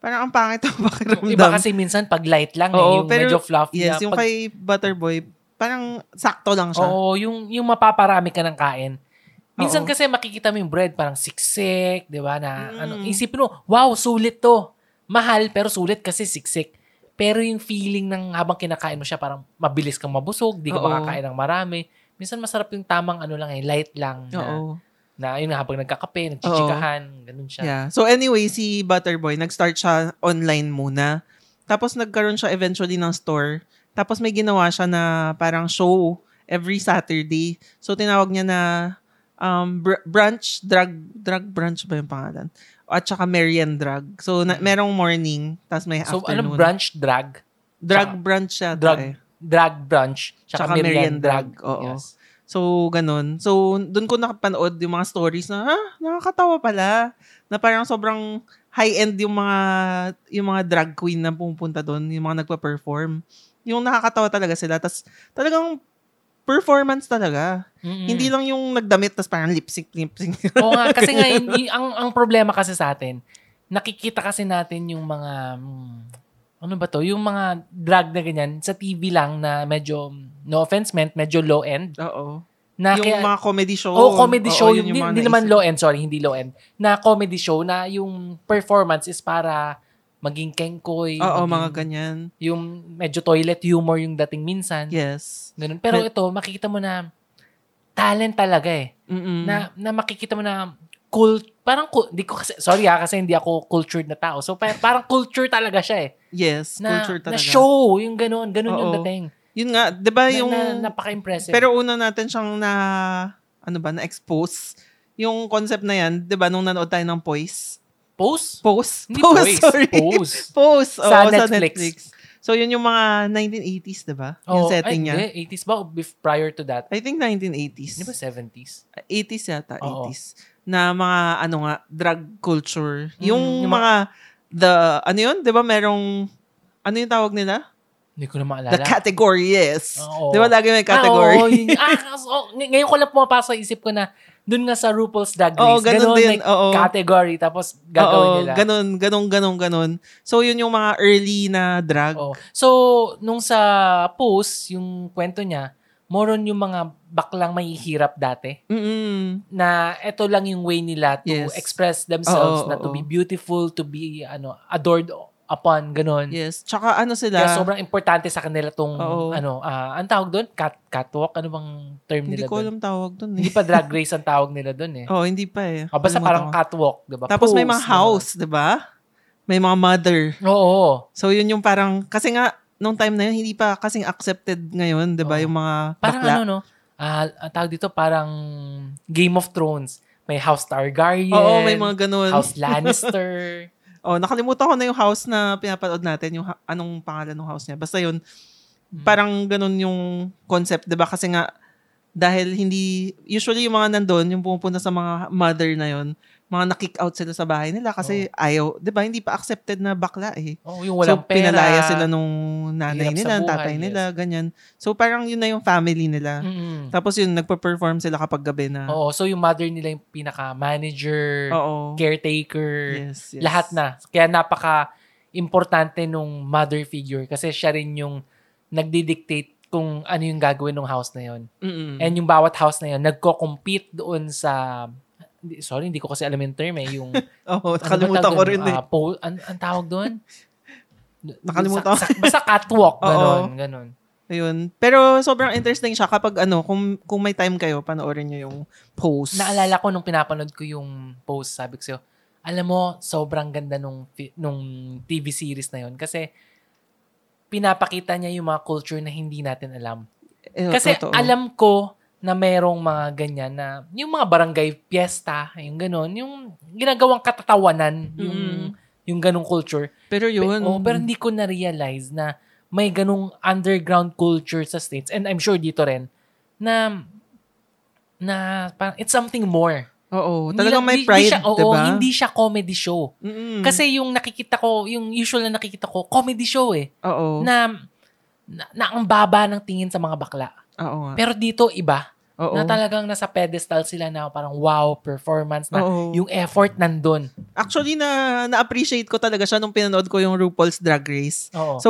[SPEAKER 2] parang ang pangit ang pakiramdam.
[SPEAKER 1] Iba kasi minsan pag light lang, eh,
[SPEAKER 2] Oo,
[SPEAKER 1] yung
[SPEAKER 2] pero-
[SPEAKER 1] medyo fluffy. na.
[SPEAKER 2] yes, yung
[SPEAKER 1] Pag-
[SPEAKER 2] kay Butterboy, parang sakto lang siya.
[SPEAKER 1] Oo, yung, yung mapaparami ka ng kain. Minsan
[SPEAKER 2] Oo.
[SPEAKER 1] kasi makikita mo yung bread parang siksik, di ba? Na,
[SPEAKER 2] Mm.
[SPEAKER 1] ano, isipin mo, wow, sulit to. Mahal, pero sulit kasi siksik. Pero yung feeling ng habang kinakain mo siya, parang mabilis kang mabusog, di ka
[SPEAKER 2] Oo.
[SPEAKER 1] makakain ng marami. Minsan masarap yung tamang ano lang, eh, light lang. Na,
[SPEAKER 2] Oo.
[SPEAKER 1] na yun nga, habang nagkakape, nagchichikahan, ganun siya.
[SPEAKER 2] Yeah. So anyway, si Butterboy, nag-start siya online muna. Tapos nagkaroon siya eventually ng store. Tapos may ginawa siya na parang show every Saturday. So tinawag niya na um, br- brunch, drug, drug brunch ba yung pangalan? At saka Marian Drug. So na- merong morning, tapos may
[SPEAKER 1] Hmm. So, ano,
[SPEAKER 2] afternoon.
[SPEAKER 1] brunch drag?
[SPEAKER 2] drug
[SPEAKER 1] Tsaka-
[SPEAKER 2] brunch siya.
[SPEAKER 1] Drug.
[SPEAKER 2] Eh.
[SPEAKER 1] Drag brunch, tsaka,
[SPEAKER 2] Tsaka
[SPEAKER 1] merienda
[SPEAKER 2] merienda.
[SPEAKER 1] drag.
[SPEAKER 2] Oo.
[SPEAKER 1] Yes.
[SPEAKER 2] So, ganun. So, doon ko nakapanood yung mga stories na, ha, nakakatawa pala. Na parang sobrang high-end yung mga, yung mga drag queen na pumupunta doon, yung mga nagpa-perform. Yung nakakatawa talaga sila. Tapos, talagang performance talaga.
[SPEAKER 1] Mm-mm.
[SPEAKER 2] Hindi lang yung nagdamit, tapos parang lip-sync, lip-sync.
[SPEAKER 1] Oo nga, kasi nga, hindi, ang, ang problema kasi sa atin, nakikita kasi natin yung mga, mm, ano ba to, yung mga drag na ganyan, sa TV lang na medyo, mm, no offense meant, medyo low-end.
[SPEAKER 2] Oo.
[SPEAKER 1] Na
[SPEAKER 2] yung
[SPEAKER 1] kaya,
[SPEAKER 2] mga comedy show.
[SPEAKER 1] oh, comedy
[SPEAKER 2] Oo,
[SPEAKER 1] show,
[SPEAKER 2] yun
[SPEAKER 1] yung, hindi-
[SPEAKER 2] mga
[SPEAKER 1] hindi naman
[SPEAKER 2] naisip.
[SPEAKER 1] low-end, sorry, hindi low-end, na comedy show na yung performance is para maging kengkoy,
[SPEAKER 2] Oo,
[SPEAKER 1] maging-
[SPEAKER 2] mga ganyan.
[SPEAKER 1] yung medyo toilet humor yung dating minsan.
[SPEAKER 2] Yes.
[SPEAKER 1] Ganun. Pero
[SPEAKER 2] But-
[SPEAKER 1] ito, makikita mo na talent talaga eh
[SPEAKER 2] Mm-mm.
[SPEAKER 1] na na makikita mo na cult parang cul- di ko kasi sorry ah kasi hindi ako cultured na tao. So pa- parang culture talaga siya eh.
[SPEAKER 2] yes,
[SPEAKER 1] Na,
[SPEAKER 2] culture
[SPEAKER 1] na
[SPEAKER 2] talaga.
[SPEAKER 1] show, yung ganoon, ganoon yung
[SPEAKER 2] Oo.
[SPEAKER 1] dating.
[SPEAKER 2] Yun nga, di ba
[SPEAKER 1] Na,
[SPEAKER 2] yung...
[SPEAKER 1] na- napaka-impressive.
[SPEAKER 2] Pero una natin siyang na, ano ba, na-expose. Yung concept na yan, di ba, nung nanood tayo ng Poise.
[SPEAKER 1] pose?
[SPEAKER 2] Poise?
[SPEAKER 1] Hindi
[SPEAKER 2] Poise,
[SPEAKER 1] pose.
[SPEAKER 2] sorry.
[SPEAKER 1] Pose.
[SPEAKER 2] Poise, oo,
[SPEAKER 1] Sa
[SPEAKER 2] sa,
[SPEAKER 1] Netflix.
[SPEAKER 2] Netflix. So, yun yung mga 1980s, di ba? Yung
[SPEAKER 1] Oo,
[SPEAKER 2] setting
[SPEAKER 1] ay,
[SPEAKER 2] niya.
[SPEAKER 1] hindi. 80s ba? O bef- Prior to that.
[SPEAKER 2] I think
[SPEAKER 1] Hindi
[SPEAKER 2] 1980s.
[SPEAKER 1] ba 70s?
[SPEAKER 2] 80s yata,
[SPEAKER 1] Oo.
[SPEAKER 2] 80s. Na mga, ano nga, drug culture.
[SPEAKER 1] Mm,
[SPEAKER 2] yung
[SPEAKER 1] yung
[SPEAKER 2] mga, the, ano yun, di ba, merong, ano yung tawag nila?
[SPEAKER 1] Hindi ko na maalala.
[SPEAKER 2] The category is.
[SPEAKER 1] Oo.
[SPEAKER 2] Di ba lagi may category?
[SPEAKER 1] Ah, oo, yun. Ah, kas- oh, ng- ngayon ko lang pumapasok sa isip ko na dun nga sa RuPaul's Drag Race.
[SPEAKER 2] Oo, ganun din.
[SPEAKER 1] may
[SPEAKER 2] Oo.
[SPEAKER 1] category. Tapos gagawin
[SPEAKER 2] Oo,
[SPEAKER 1] nila.
[SPEAKER 2] Ganun, ganun, ganun, ganun. So, yun yung mga early na drag.
[SPEAKER 1] Oo. So, nung sa post, yung kwento niya, more on yung mga baklang mahihirap dati Mm.
[SPEAKER 2] Mm-mm.
[SPEAKER 1] na eto lang yung way nila to
[SPEAKER 2] Yes.
[SPEAKER 1] express themselves
[SPEAKER 2] Oo,
[SPEAKER 1] na to
[SPEAKER 2] oo.
[SPEAKER 1] be beautiful, to be ano adored upon, ganun.
[SPEAKER 2] Yes. Tsaka ano sila,
[SPEAKER 1] Kaya sobrang importante sa kanila tong
[SPEAKER 2] Oo.
[SPEAKER 1] ano, ah, ang tawag doon? Cat, catwalk? Ano bang term
[SPEAKER 2] hindi
[SPEAKER 1] nila
[SPEAKER 2] ko
[SPEAKER 1] doon?
[SPEAKER 2] alam tawag dun eh.
[SPEAKER 1] Hindi pa drag race ang tawag nila doon eh.
[SPEAKER 2] Oo, hindi pa eh.
[SPEAKER 1] Ah, basta parang
[SPEAKER 2] Kalimutan ko.
[SPEAKER 1] catwalk, diba?
[SPEAKER 2] Tapos may mga
[SPEAKER 1] Pose,
[SPEAKER 2] house, di ba? May mga mother.
[SPEAKER 1] diba? Oo. oo.
[SPEAKER 2] So, yun yung parang, kasi nga, nung time na yun, hindi pa kasing accepted ngayon, di ba?
[SPEAKER 1] Oo.
[SPEAKER 2] Yung mga
[SPEAKER 1] Parang
[SPEAKER 2] bakla.
[SPEAKER 1] ano, no? Ah, ang tawag dito, parang Game of Thrones. May House Targaryen.
[SPEAKER 2] Oo, may mga ganun.
[SPEAKER 1] House Lannister.
[SPEAKER 2] Oh, nakalimutan ko na yung house na pinapanood natin, yung ha- anong pangalan ng house niya. Basta yun, parang ganun yung concept, 'di ba? Kasi nga dahil hindi usually yung mga nandoon, yung pumupunta sa mga mother na yun, mga na-kick out sila sa bahay nila kasi ayaw, 'di ba? Hindi pa accepted na bakla eh.
[SPEAKER 1] oh, yung walang
[SPEAKER 2] so,
[SPEAKER 1] pera.
[SPEAKER 2] pinalaya sila nung nanay
[SPEAKER 1] Hirap sa
[SPEAKER 2] nila,
[SPEAKER 1] buhay,
[SPEAKER 2] tatay nila, ganyan. So, parang yun na yung family nila.
[SPEAKER 1] Mm-mm.
[SPEAKER 2] Tapos yun, nagpa-perform sila kapag gabi na.
[SPEAKER 1] Oo, so yung mother nila yung pinaka-manager,
[SPEAKER 2] Oo.
[SPEAKER 1] caretaker,
[SPEAKER 2] Yes, yes.
[SPEAKER 1] lahat na. Kaya napaka-importante nung mother figure kasi siya rin yung nagdi-dictate kung ano yung gagawin ng house na yon.
[SPEAKER 2] Mm-mm.
[SPEAKER 1] And yung bawat house na yon nagko-compete doon sa hindi- sorry, hindi ko kasi alam yung term eh, yung Ano
[SPEAKER 2] Oo,
[SPEAKER 1] ba
[SPEAKER 2] nakalimutan
[SPEAKER 1] tawag
[SPEAKER 2] ko
[SPEAKER 1] doon?
[SPEAKER 2] rin eh.
[SPEAKER 1] Ah, pole, an, ang tawag doon?
[SPEAKER 2] Nakalimutan
[SPEAKER 1] Sa, sa, basta catwalk,
[SPEAKER 2] Oo.
[SPEAKER 1] ganun, ganun.
[SPEAKER 2] Ayun. Pero sobrang interesting siya kapag ano, kung, kung may time kayo, panoorin nyo yung post.
[SPEAKER 1] Naalala ko nung pinapanood ko yung post, sabi ko sa'yo, alam mo, sobrang ganda nung, fi- nung TV series na yun kasi pinapakita niya yung mga culture na hindi natin alam.
[SPEAKER 2] Eh,
[SPEAKER 1] Kasi
[SPEAKER 2] totoo.
[SPEAKER 1] alam ko na merong mga ganyan na yung mga barangay fiesta, yung ganun, yung ginagawang katatawanan, yung yung ganung culture.
[SPEAKER 2] Pero yun.
[SPEAKER 1] Pe- oh, pero hindi ko na-realize na may ganung underground culture sa States and I'm sure dito rin na na parang it's something more.
[SPEAKER 2] Oo.
[SPEAKER 1] Hindi
[SPEAKER 2] Oh, Talagang
[SPEAKER 1] lang-
[SPEAKER 2] may
[SPEAKER 1] hindi-
[SPEAKER 2] pride,
[SPEAKER 1] hindi siya, oo,
[SPEAKER 2] diba? Mm.
[SPEAKER 1] hindi siya comedy show.
[SPEAKER 2] Mm-mm.
[SPEAKER 1] Kasi yung nakikita ko, yung usual na nakikita ko, comedy show eh.
[SPEAKER 2] oo.
[SPEAKER 1] Na, na, na ang baba ng tingin sa mga bakla.
[SPEAKER 2] oo nga.
[SPEAKER 1] Pero dito, iba.
[SPEAKER 2] Oo.
[SPEAKER 1] Na talagang nasa pedestal sila na parang wow, performance na.
[SPEAKER 2] Oo.
[SPEAKER 1] Yung effort nandun.
[SPEAKER 2] Actually, na, na-appreciate ko talaga siya nung pinanood ko yung RuPaul's Drag Race.
[SPEAKER 1] Oo.
[SPEAKER 2] So,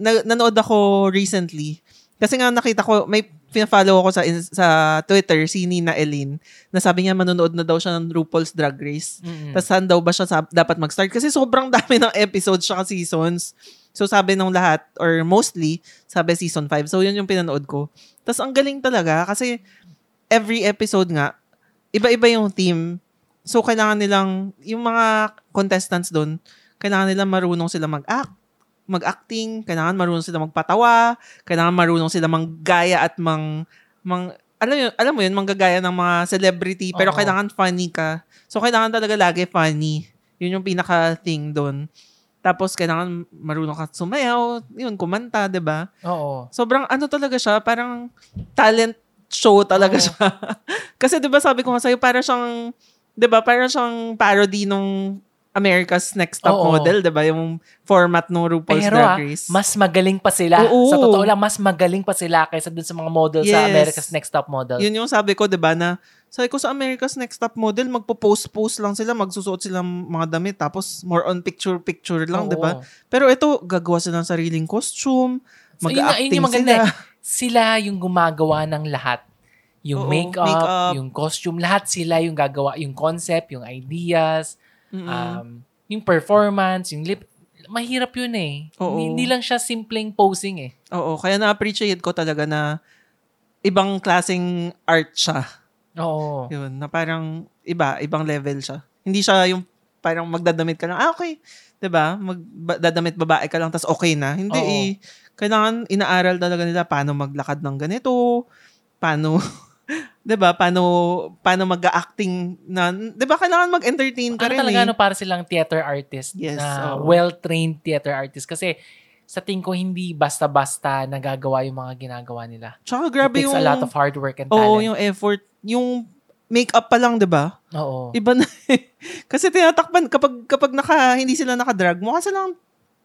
[SPEAKER 2] na- nanood ako recently. Kasi nga nakita ko, may pina-follow ako sa, ins- sa Twitter, si Nina Elin, na sabi niya manonood na daw siya ng RuPaul's Drag Race.
[SPEAKER 1] Mm-mm.
[SPEAKER 2] Tapos saan daw ba siya sab- dapat mag-start? Kasi sobrang dami ng episodes siya seasons. So sabi ng lahat, or mostly, sabi season 5. So yun yung pinanood ko. Tapos ang galing talaga kasi every episode nga, iba-iba yung team. So kailangan nilang, yung mga contestants doon, kailangan nila marunong sila mag-act, mag-acting, kailangan marunong sila magpatawa, kailangan marunong sila manggaya at mang, mang alam, yun, alam mo yun, manggagaya ng mga celebrity, pero
[SPEAKER 1] Oo.
[SPEAKER 2] kailangan funny ka. So, kailangan talaga lagi funny. Yun yung pinaka-thing doon. Tapos, kailangan marunong ka sumayaw, yun, kumanta, 'di ba
[SPEAKER 1] Oo.
[SPEAKER 2] Sobrang ano talaga siya, parang talent show talaga
[SPEAKER 1] Oo.
[SPEAKER 2] siya. Kasi 'di ba sabi ko nga sa'yo, para siyang 'di ba, para siyang parody nung America's Next Top
[SPEAKER 1] Oo.
[SPEAKER 2] Model, 'di ba? Yung format ng RuPaul's
[SPEAKER 1] Pero
[SPEAKER 2] Drag
[SPEAKER 1] ah,
[SPEAKER 2] Race.
[SPEAKER 1] mas magaling pa sila.
[SPEAKER 2] Oo.
[SPEAKER 1] Sa totoo lang, mas magaling pa sila kaysa dun sa mga model sa
[SPEAKER 2] Yes.
[SPEAKER 1] America's Next Top Model.
[SPEAKER 2] Yun yung sabi ko, 'di ba, na sabi ko sa America's Next Top Model, magpo-post-post lang sila, magsusuot sila ng mga damit, tapos more on picture-picture
[SPEAKER 1] Oo.
[SPEAKER 2] lang, 'di ba? Pero ito, gagawa sila ng sariling costume,
[SPEAKER 1] So, yun nga- yun
[SPEAKER 2] mag-acting
[SPEAKER 1] yung maganda
[SPEAKER 2] sila.
[SPEAKER 1] eh. Sila yung gumagawa ng lahat. Yung
[SPEAKER 2] Oo,
[SPEAKER 1] makeup,
[SPEAKER 2] makeup.
[SPEAKER 1] yung costume, lahat sila yung gagawa. Yung concept, yung ideas,
[SPEAKER 2] Mm-mm.
[SPEAKER 1] um, yung performance, yung lip. Mahirap yun eh.
[SPEAKER 2] Oo.
[SPEAKER 1] Hindi, hindi lang siya simpleng posing eh.
[SPEAKER 2] Oo, kaya na-appreciate ko talaga na ibang klaseng art siya.
[SPEAKER 1] Oo.
[SPEAKER 2] Yun, na parang iba, ibang level siya. Hindi siya yung parang magdadamit ka lang, ah okay, 'di ba? Magdadamit babae ka lang tas okay na. Hindi
[SPEAKER 1] Oo.
[SPEAKER 2] eh. Kailangan inaaral talaga nila paano maglakad ng ganito, paano 'di ba? Paano paano mag-acting na 'di ba kailangan mag-entertain ka
[SPEAKER 1] Ano
[SPEAKER 2] rin.
[SPEAKER 1] talaga
[SPEAKER 2] eh.
[SPEAKER 1] ano para silang theater artist
[SPEAKER 2] Yes,
[SPEAKER 1] na
[SPEAKER 2] oo.
[SPEAKER 1] well-trained theater artist kasi sa tingin ko hindi basta-basta nagagawa yung mga ginagawa nila.
[SPEAKER 2] Tsaka grabe
[SPEAKER 1] It takes
[SPEAKER 2] yung
[SPEAKER 1] a lot of hard work and
[SPEAKER 2] Oo,
[SPEAKER 1] talent.
[SPEAKER 2] yung effort, yung makeup pa lang, diba? 'di ba?
[SPEAKER 1] Oo.
[SPEAKER 2] Iba na eh. Kasi tinatakpan, kapag, kapag naka, hindi sila nakadrag, mukha silang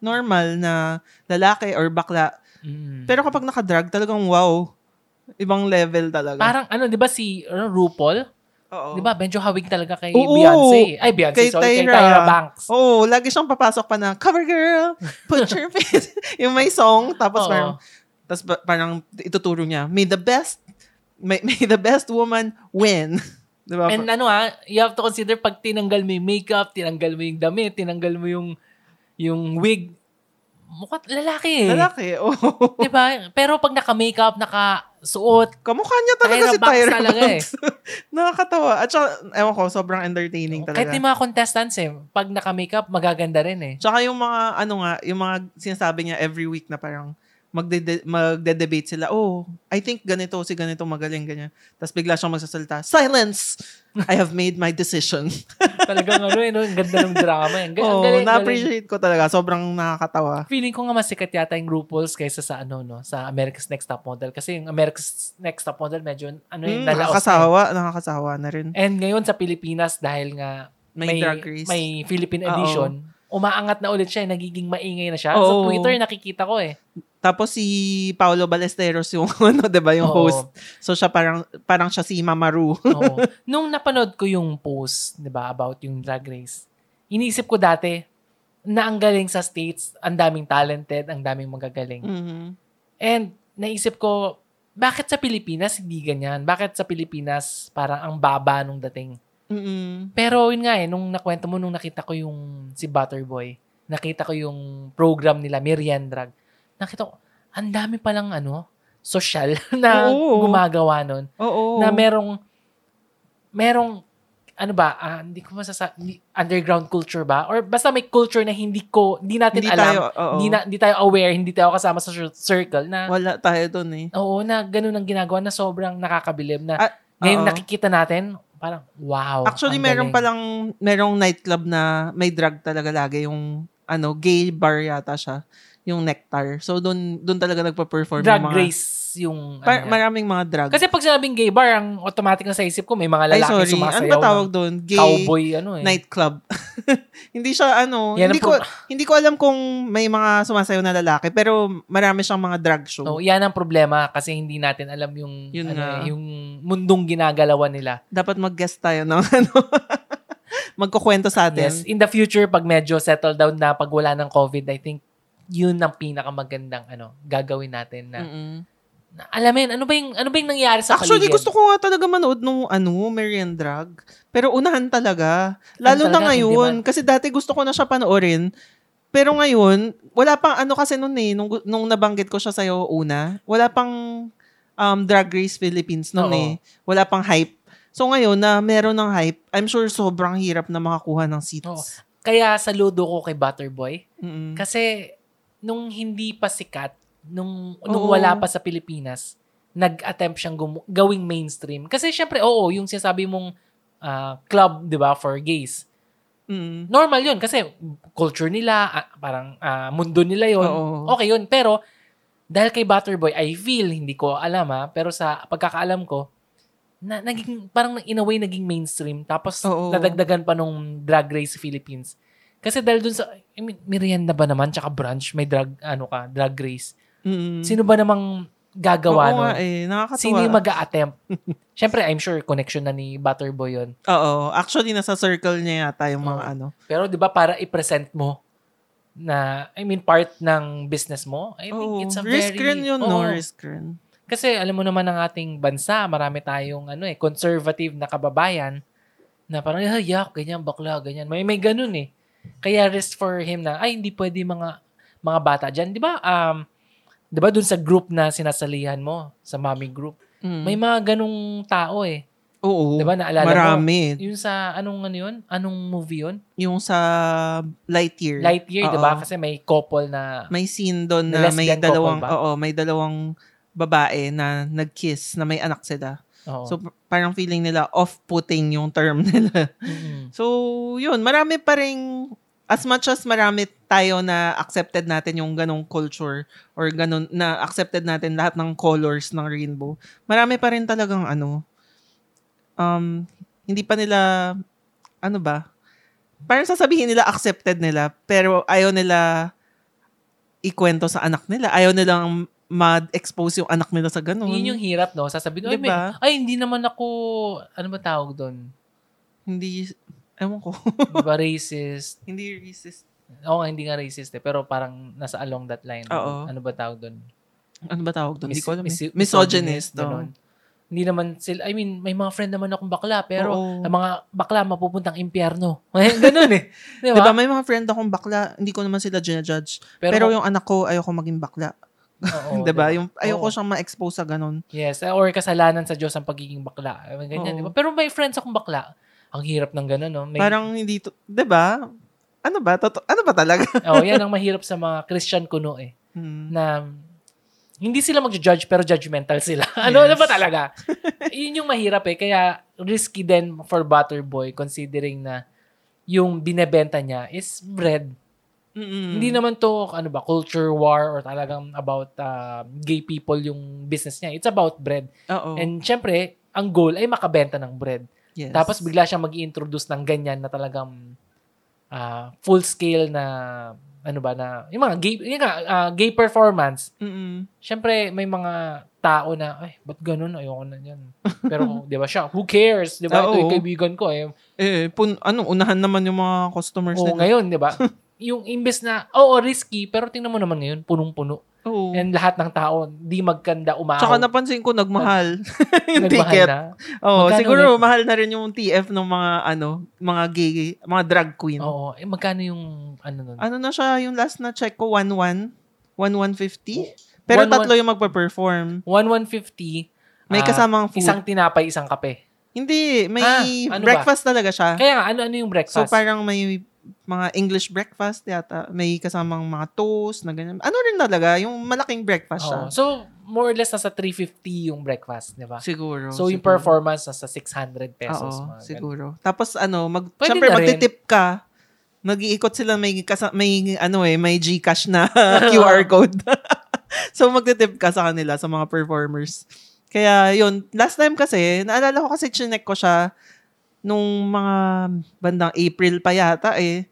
[SPEAKER 2] normal na lalaki or bakla.
[SPEAKER 1] Mm.
[SPEAKER 2] Pero kapag nakadrag, talagang wow. Ibang level talaga.
[SPEAKER 1] Parang ano, 'di ba si ano, RuPaul?
[SPEAKER 2] Oo.
[SPEAKER 1] 'Di ba? Benjo Hawig talaga kay
[SPEAKER 2] Oo.
[SPEAKER 1] Beyonce. Ay, Beyonce,
[SPEAKER 2] Kay
[SPEAKER 1] sorry, kay
[SPEAKER 2] Tyra.
[SPEAKER 1] Tyra Banks.
[SPEAKER 2] Oo, lagi siyang papasok pa na, cover girl, put your face. yung may song,
[SPEAKER 1] Oo.
[SPEAKER 2] tapos parang, tapos ba- parang ituturo niya, may the best, may, may the best woman win. Diba?
[SPEAKER 1] And ano ha, you have to consider pag tinanggal mo yung makeup, tinanggal mo yung damit, tinanggal mo yung yung wig, mukha lalaki. eh.
[SPEAKER 2] Lalaki, oo.
[SPEAKER 1] 'Di ba? Pero pag naka-makeup, naka-suot,
[SPEAKER 2] Kamukha niya talaga
[SPEAKER 1] Tyra
[SPEAKER 2] si
[SPEAKER 1] Banks
[SPEAKER 2] Tyra
[SPEAKER 1] talaga eh.
[SPEAKER 2] Banks. Nakakatawa. At saka, ewan ko, sobrang entertaining
[SPEAKER 1] kahit
[SPEAKER 2] talaga.
[SPEAKER 1] yung mga contestants eh, pag naka-makeup, magaganda rin eh.
[SPEAKER 2] Tsaka yung mga, ano nga, yung mga sinasabi niya every week na parang magde- magde-debate sila, oh, I think ganito, si ganito magaling, ganyan. Tapos bigla siyang magsasalita, silence! I have made my decision.
[SPEAKER 1] Talagang ano eh, no? ang ganda ng drama. eh. Ang ga- ang
[SPEAKER 2] oh,
[SPEAKER 1] galing, galing.
[SPEAKER 2] na-appreciate ko talaga. Sobrang nakakatawa.
[SPEAKER 1] Feeling ko nga mas sikat yata yung RuPaul's kaysa sa ano, no? Sa America's Next Top Model. Kasi yung America's Next Top Model, medyo ano yung lalaos na
[SPEAKER 2] Mm,
[SPEAKER 1] eh.
[SPEAKER 2] nakakasawa, nakakasawa na rin.
[SPEAKER 1] And ngayon sa Pilipinas dahil nga
[SPEAKER 2] May, drag race.
[SPEAKER 1] may Philippine
[SPEAKER 2] Oo.
[SPEAKER 1] edition, umaangat na ulit siya, eh. nagiging maingay na siya. Sa
[SPEAKER 2] Oo.
[SPEAKER 1] Twitter nakikita ko eh.
[SPEAKER 2] Tapos si Paolo Balesteros yung ano, 'di ba, yung
[SPEAKER 1] Oo.
[SPEAKER 2] host. So siya parang parang siya si Mama Ru.
[SPEAKER 1] Oo. Nung napanood ko yung post, 'di ba, about yung drag race. Iniisip ko dati na ang galing sa states, ang daming talented, ang daming magagaling.
[SPEAKER 2] Mhm.
[SPEAKER 1] And naisip ko, bakit sa Pilipinas hindi ganyan? Bakit sa Pilipinas parang ang baba nung dating?
[SPEAKER 2] Mhm.
[SPEAKER 1] Pero yun nga eh, nung nakwento mo, nung nakita ko yung si Butterboy, nakita ko yung program nila, Miriam Drag, nakita ko, ang dami palang ano, social na
[SPEAKER 2] Oo.
[SPEAKER 1] gumagawa nun.
[SPEAKER 2] Oo.
[SPEAKER 1] Mm-hmm. Na merong, merong, ano ba, ah, hindi ko masasa, hindi- underground culture ba? Or basta may culture na hindi ko, hindi natin
[SPEAKER 2] hindi
[SPEAKER 1] alam,
[SPEAKER 2] tayo, oo.
[SPEAKER 1] hindi, na, hindi tayo aware, hindi tayo kasama sa cir- circle na,
[SPEAKER 2] wala tayo doon eh.
[SPEAKER 1] oo, na ganun ang ginagawa na sobrang nakakabilib na
[SPEAKER 2] Ah,
[SPEAKER 1] ngayon
[SPEAKER 2] oo.
[SPEAKER 1] nakikita natin, parang, wow.
[SPEAKER 2] Actually,
[SPEAKER 1] ang
[SPEAKER 2] meron
[SPEAKER 1] galing.
[SPEAKER 2] palang, merong nightclub na may drug talaga lagi. Yung, ano, gay bar yata siya. Yung Nectar. So, doon doon talaga nagpa-perform
[SPEAKER 1] drag
[SPEAKER 2] yung mga...
[SPEAKER 1] race yung
[SPEAKER 2] Par-
[SPEAKER 1] ano yan.
[SPEAKER 2] maraming mga drug.
[SPEAKER 1] kasi pag sinabing gay bar ang automatic na sa isip ko may mga
[SPEAKER 2] Ay,
[SPEAKER 1] lalaki
[SPEAKER 2] sorry.
[SPEAKER 1] sumasayaw
[SPEAKER 2] Ano ba
[SPEAKER 1] ng
[SPEAKER 2] tawag doon? Gay
[SPEAKER 1] cowboy ano eh
[SPEAKER 2] nightclub. hindi siya, ano,
[SPEAKER 1] Yan ang
[SPEAKER 2] hindi ko,
[SPEAKER 1] pro-
[SPEAKER 2] hindi ko alam kung may mga sumasayaw na lalaki, pero marami siyang mga drug show.
[SPEAKER 1] Oh, yan ang problema kasi hindi natin alam yung
[SPEAKER 2] Yun
[SPEAKER 1] ano,
[SPEAKER 2] nga.
[SPEAKER 1] eh, yung mundong ginagalawan nila.
[SPEAKER 2] Dapat mag-guest tayo ng, ano, magkukwento sa atin.
[SPEAKER 1] Yes, in the future pag medyo settle down na pag wala ng COVID, I think yun ang pinakamagandang ano gagawin natin na,
[SPEAKER 2] Mm-mm.
[SPEAKER 1] na alamin ano ba yung ano ba yung nangyayari sa
[SPEAKER 2] Actually,
[SPEAKER 1] paligid?
[SPEAKER 2] gusto ko nga talaga manood nung ano, Marian Drag. Pero unahan talaga. Lalo
[SPEAKER 1] talaga,
[SPEAKER 2] na
[SPEAKER 1] hindi
[SPEAKER 2] ngayon. Kasi dati gusto ko na siya panoorin. Pero ngayon, wala pang ano kasi noon eh, nung, nung nabanggit ko siya sa'yo una, wala pang um, Drag Race Philippines noon
[SPEAKER 1] Oo.
[SPEAKER 2] eh. Wala pang hype. So ngayon na meron ng hype, I'm sure sobrang hirap na makakuha ng
[SPEAKER 1] Oo.
[SPEAKER 2] seats.
[SPEAKER 1] Kaya saludo ko kay Butterboy
[SPEAKER 2] Mm-mm.
[SPEAKER 1] Kasi nung hindi pa sikat, nung, nung
[SPEAKER 2] Oo.
[SPEAKER 1] wala pa sa Pilipinas, nag-attempt siyang gumu- gawing mainstream. Kasi syempre, oo, yung sinasabi mong ah, club, di ba, for gays.
[SPEAKER 2] Mm-mm.
[SPEAKER 1] Normal yun kasi culture nila, ah, parang ah, mundo nila yun.
[SPEAKER 2] Oo.
[SPEAKER 1] Okay yun, pero dahil kay Butterboy, I feel, hindi ko alam ha, pero sa pagkakaalam ko, na, naging, parang in a way naging mainstream. Tapos
[SPEAKER 2] Oo.
[SPEAKER 1] nadagdagan pa nung Drag Race Philippines. Kasi dahil dun sa, I mean, Mirienda ba naman, tsaka branch, may drag, ano ka, drag race.
[SPEAKER 2] Mm-mm.
[SPEAKER 1] Sino ba namang gagawa
[SPEAKER 2] Mm. Oo
[SPEAKER 1] nun?
[SPEAKER 2] nga eh, nakakatawa.
[SPEAKER 1] Sino yung mag-a-attempt? Siyempre, I'm sure connection na ni Butterboy yun.
[SPEAKER 2] Oo, actually nasa circle niya yata yung mga
[SPEAKER 1] Oo.
[SPEAKER 2] ano.
[SPEAKER 1] Pero 'di ba para i-present mo na I mean part ng business mo. I think
[SPEAKER 2] Oo,
[SPEAKER 1] it's a very
[SPEAKER 2] risk
[SPEAKER 1] Oh.
[SPEAKER 2] rin yun,
[SPEAKER 1] Oo.
[SPEAKER 2] no? Risk rin.
[SPEAKER 1] Kasi alam mo naman ang ating bansa, marami tayong ano eh conservative na kababayan na parang ah, yak, ganyan bakla, ganyan. May may ganun eh. Kaya risk for him na ay hindi pwede mga mga bata diyan, 'di ba? Um 'di ba dun sa group na sinasalihan mo, sa mommy group,
[SPEAKER 2] Mm.
[SPEAKER 1] may mga ganung tao eh.
[SPEAKER 2] Oo.
[SPEAKER 1] 'Di ba naalala mo?
[SPEAKER 2] Marami.
[SPEAKER 1] Yun sa anong ano yun? Anong movie yun?
[SPEAKER 2] Yung sa Lightyear.
[SPEAKER 1] Lightyear, 'di ba?
[SPEAKER 2] Oo.
[SPEAKER 1] Kasi may couple na
[SPEAKER 2] May scene doon
[SPEAKER 1] Na
[SPEAKER 2] na may
[SPEAKER 1] lesbian couple
[SPEAKER 2] dalawang,
[SPEAKER 1] ba?
[SPEAKER 2] oo, may dalawang babae na nag-kiss, na may anak sila.
[SPEAKER 1] Oo.
[SPEAKER 2] So, p- parang feeling nila off-putting yung term nila.
[SPEAKER 1] Mm-mm.
[SPEAKER 2] So, yun, marami pa rin, as much as marami tayo na accepted natin yung ganong culture or ganon, na accepted natin lahat ng colors ng rainbow, marami pa rin talagang ano, um, hindi pa nila, ano ba, parang sasabihin nila accepted nila, pero ayaw nila ikwento sa anak nila. Ayaw nilang ma-expose yung anak nila sa ganun.
[SPEAKER 1] Yun yung hirap, no? Sasabihin, ay, may-
[SPEAKER 2] Diba?
[SPEAKER 1] ay, hindi naman ako, ano ba tawag doon?
[SPEAKER 2] Hindi, ewan ko,
[SPEAKER 1] Diba racist?
[SPEAKER 2] hindi racist.
[SPEAKER 1] Oo nga, hindi nga racist eh, pero parang nasa along that line.
[SPEAKER 2] Oo.
[SPEAKER 1] Ano ba tawag doon?
[SPEAKER 2] Ano ba tawag doon? Hindi
[SPEAKER 1] Mis-
[SPEAKER 2] ko alam. eh.
[SPEAKER 1] mis-
[SPEAKER 2] misogynist.
[SPEAKER 1] ganun.
[SPEAKER 2] oh.
[SPEAKER 1] Hindi naman sila, I mean, may mga friend naman akong bakla, pero
[SPEAKER 2] Oo.
[SPEAKER 1] ang mga bakla mapupuntang impyerno. ganun eh. Di ba?
[SPEAKER 2] Diba, may mga friend akong bakla, hindi ko naman sila judge. Pero, yung anak ko, ayoko maging bakla.
[SPEAKER 1] oo,
[SPEAKER 2] diba? Yung, ayoko
[SPEAKER 1] Oo.
[SPEAKER 2] siyang ma-expose sa ganun.
[SPEAKER 1] Yes, or kasalanan sa Diyos ang pagiging bakla. I mean, Ganyan,
[SPEAKER 2] Oo.
[SPEAKER 1] di ba? Pero may friends akong bakla. Ang hirap ng ganun, no? May,
[SPEAKER 2] Parang hindi, to, diba? Ano ba? Toto, ano ba talaga?
[SPEAKER 1] oh, yan ang mahirap sa mga Christian kuno eh.
[SPEAKER 2] Hmm.
[SPEAKER 1] Na hindi sila mag-judge pero judgmental sila. ano, ano ba talaga? Yun yung mahirap eh. Kaya risky din for Butterboy considering na yung binebenta niya is bread.
[SPEAKER 2] Mm-mm.
[SPEAKER 1] Hindi naman to, ano ba, culture war or talagang about uh, gay people yung business niya. It's about bread.
[SPEAKER 2] Oo.
[SPEAKER 1] And syempre, ang goal ay makabenta ng bread.
[SPEAKER 2] Yes.
[SPEAKER 1] Tapos bigla siyang mag introduce ng ganyan na talagang ah, full scale na ano ba na yung mga gay yung nga, ah, gay performance.
[SPEAKER 2] Mm-mm.
[SPEAKER 1] Syempre may mga tao na ay but ganun ayoko na yan. Pero 'di ba siya, who cares? 'Di ba? Ito
[SPEAKER 2] Oo.
[SPEAKER 1] yung kaibigan ko eh.
[SPEAKER 2] Eh, pun, ano, unahan naman yung mga customers
[SPEAKER 1] Oo,
[SPEAKER 2] nila.
[SPEAKER 1] ngayon 'di ba? yung imbes na oo risky pero tingnan mo naman ngayon punong-puno
[SPEAKER 2] Oo.
[SPEAKER 1] and lahat ng tao di magkanda umaaw.
[SPEAKER 2] Tsaka napansin ko, nagmahal yung
[SPEAKER 1] Nagmahal
[SPEAKER 2] ticket.
[SPEAKER 1] na.
[SPEAKER 2] Oo,
[SPEAKER 1] Magkano
[SPEAKER 2] siguro mahal na rin yung TF ng mga, ano, mga gay, mga drag queen.
[SPEAKER 1] Oo, eh, magkano yung ano nun?
[SPEAKER 2] Ano na siya, yung last na check ko, 1-1. 1-150. Pero
[SPEAKER 1] 1-1.
[SPEAKER 2] tatlo yung magpa-perform.
[SPEAKER 1] 1150
[SPEAKER 2] May
[SPEAKER 1] ah,
[SPEAKER 2] kasamang food.
[SPEAKER 1] isang tinapay, isang kape.
[SPEAKER 2] Hindi, may
[SPEAKER 1] Ah, ano ba?
[SPEAKER 2] breakfast talaga siya.
[SPEAKER 1] Kaya nga, ano, ano yung breakfast?
[SPEAKER 2] So parang may mga English breakfast yata. May kasamang mga toast na ganyan. Ano rin talaga, yung malaking breakfast siya.
[SPEAKER 1] Oo. So, more or less, nasa 350 yung breakfast, di ba?
[SPEAKER 2] Siguro.
[SPEAKER 1] So, yung
[SPEAKER 2] siguro.
[SPEAKER 1] performance, nasa 600 pesos.
[SPEAKER 2] Oo,
[SPEAKER 1] mga ganun.
[SPEAKER 2] siguro. Tapos ano, mag,
[SPEAKER 1] Pwede
[SPEAKER 2] syempre
[SPEAKER 1] na rin.
[SPEAKER 2] magtitip ka. Mag-iikot sila may kasa, may ano eh, may GCash na QR code. so magtitip ka sa kanila sa mga performers. Kaya yun, last time kasi, naalala ko kasi chinek ko siya nung mga bandang April pa yata eh.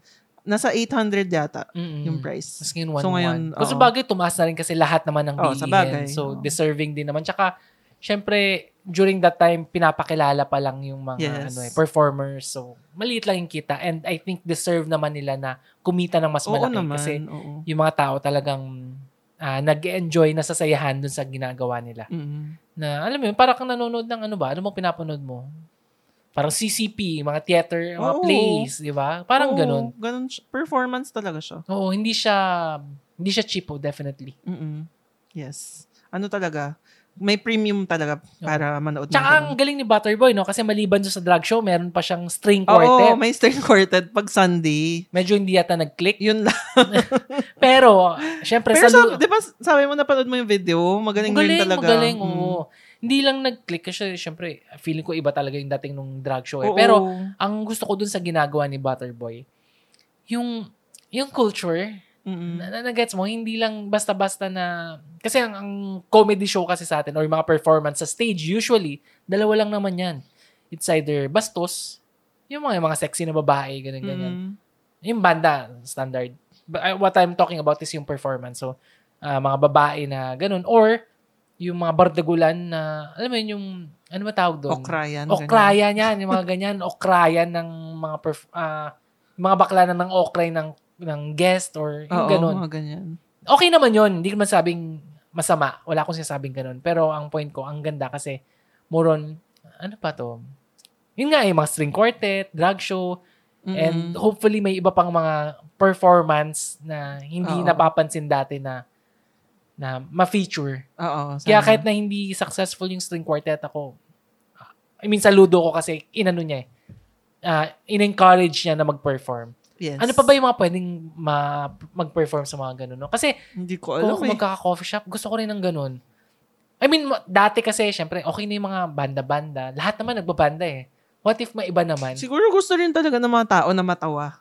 [SPEAKER 2] Nasa 800 yata
[SPEAKER 1] Mm-mm.
[SPEAKER 2] yung
[SPEAKER 1] Hmm,
[SPEAKER 2] price.
[SPEAKER 1] Mas ngayon, one
[SPEAKER 2] So, ngayon,
[SPEAKER 1] Kasi
[SPEAKER 2] oo.
[SPEAKER 1] bagay, tumaas na rin kasi lahat naman ng
[SPEAKER 2] Oo,
[SPEAKER 1] bilhin.
[SPEAKER 2] sa bagay,
[SPEAKER 1] so,
[SPEAKER 2] oo.
[SPEAKER 1] deserving din naman. Tsaka, syempre, during that time, pinapakilala pa lang yung mga
[SPEAKER 2] Yes.
[SPEAKER 1] ano, eh, performers. So, maliit lang yung kita. And I think deserve naman nila na kumita ng mas
[SPEAKER 2] Oo
[SPEAKER 1] malaki.
[SPEAKER 2] naman.
[SPEAKER 1] Kasi
[SPEAKER 2] oo.
[SPEAKER 1] yung mga tao talagang ah, nag-enjoy, nasasayahan dun sa ginagawa nila.
[SPEAKER 2] Mm-mm.
[SPEAKER 1] na alam mo yun, para kang nanonood ng ano ba, ano bang pinapanood mo? Parang CCP, mga theater, mga
[SPEAKER 2] Oo.
[SPEAKER 1] plays, di ba? Parang
[SPEAKER 2] Oo,
[SPEAKER 1] ganun.
[SPEAKER 2] Ganun. siya. Performance talaga siya.
[SPEAKER 1] Oo, hindi siya, hindi siya cheapo, definitely.
[SPEAKER 2] mm Yes. Ano talaga? May premium talaga para manood ng
[SPEAKER 1] Tsaka ang
[SPEAKER 2] ganun.
[SPEAKER 1] galing ni Butterboy, no? Kasi maliban doon sa drag show, meron pa siyang string
[SPEAKER 2] Ah, Oo,
[SPEAKER 1] quartet.
[SPEAKER 2] may string quartet pag Sunday.
[SPEAKER 1] Medyo hindi yata nag-click.
[SPEAKER 2] Yun lang.
[SPEAKER 1] Pero, syempre,
[SPEAKER 2] Pero
[SPEAKER 1] sa
[SPEAKER 2] sabi, di ba, sabi mo napanood mo yung video? Magaling, rin talaga.
[SPEAKER 1] magaling,
[SPEAKER 2] Mm.
[SPEAKER 1] oo. Hindi lang nag-click kasi, syempre, feeling ko iba talaga yung dating nung drag show. Eh.
[SPEAKER 2] Mm. Oo.
[SPEAKER 1] Pero, ang gusto ko dun sa ginagawa ni Butterboy, yung, yung culture,
[SPEAKER 2] Mm-mm.
[SPEAKER 1] na, na, gets mo, hindi lang basta-basta na, kasi ang, ang comedy show kasi sa atin or yung mga performance sa stage, usually, dalawa lang naman yan. It's either bastos, yung mga, yung mga sexy na babae, ganyan-ganyan.
[SPEAKER 2] Mm-mm.
[SPEAKER 1] Yung banda, standard. But, uh, what I'm talking about is yung performance. So, ah, mga babae na ganun. Or, yung mga bardagulan na, alam mo yun, yung, ano ba tawag doon?
[SPEAKER 2] Okrayan. ganyan.
[SPEAKER 1] Okrayan yan, yung mga ganyan. Okrayan ng mga, perf- ah, mga bakla na ng okray ng ng guest or yung
[SPEAKER 2] Oo,
[SPEAKER 1] ganun
[SPEAKER 2] mga ganyan.
[SPEAKER 1] okay naman yun. Hindi ko man sabing masama. Wala akong sinasabing ganun. Pero ang point ko, ang ganda kasi more on, ano pa to? Yun nga eh, mga string quartet, drag show,
[SPEAKER 2] Mm-mm.
[SPEAKER 1] and hopefully may iba pang mga performance na hindi
[SPEAKER 2] Oo.
[SPEAKER 1] napapansin dati na na ma-feature.
[SPEAKER 2] Oo,
[SPEAKER 1] Kaya
[SPEAKER 2] sana.
[SPEAKER 1] kahit na hindi successful yung string quartet ako, I mean, saludo ko kasi inano niya eh. Ah, in-encourage niya na mag-perform.
[SPEAKER 2] Yes.
[SPEAKER 1] Ano pa ba yung mga pwedeng ma- mag-perform sa mga ganun? No? Kasi
[SPEAKER 2] Hindi ko
[SPEAKER 1] Kung
[SPEAKER 2] alam
[SPEAKER 1] ako
[SPEAKER 2] eh.
[SPEAKER 1] magkaka-coffee shop, gusto ko rin ng ganun. I mean, ma- dati kasi, syempre, okay na yung mga banda-banda. Lahat naman nagbabanda eh. What if may iba naman?
[SPEAKER 2] Siguro gusto rin talaga ng mga tao na matawa.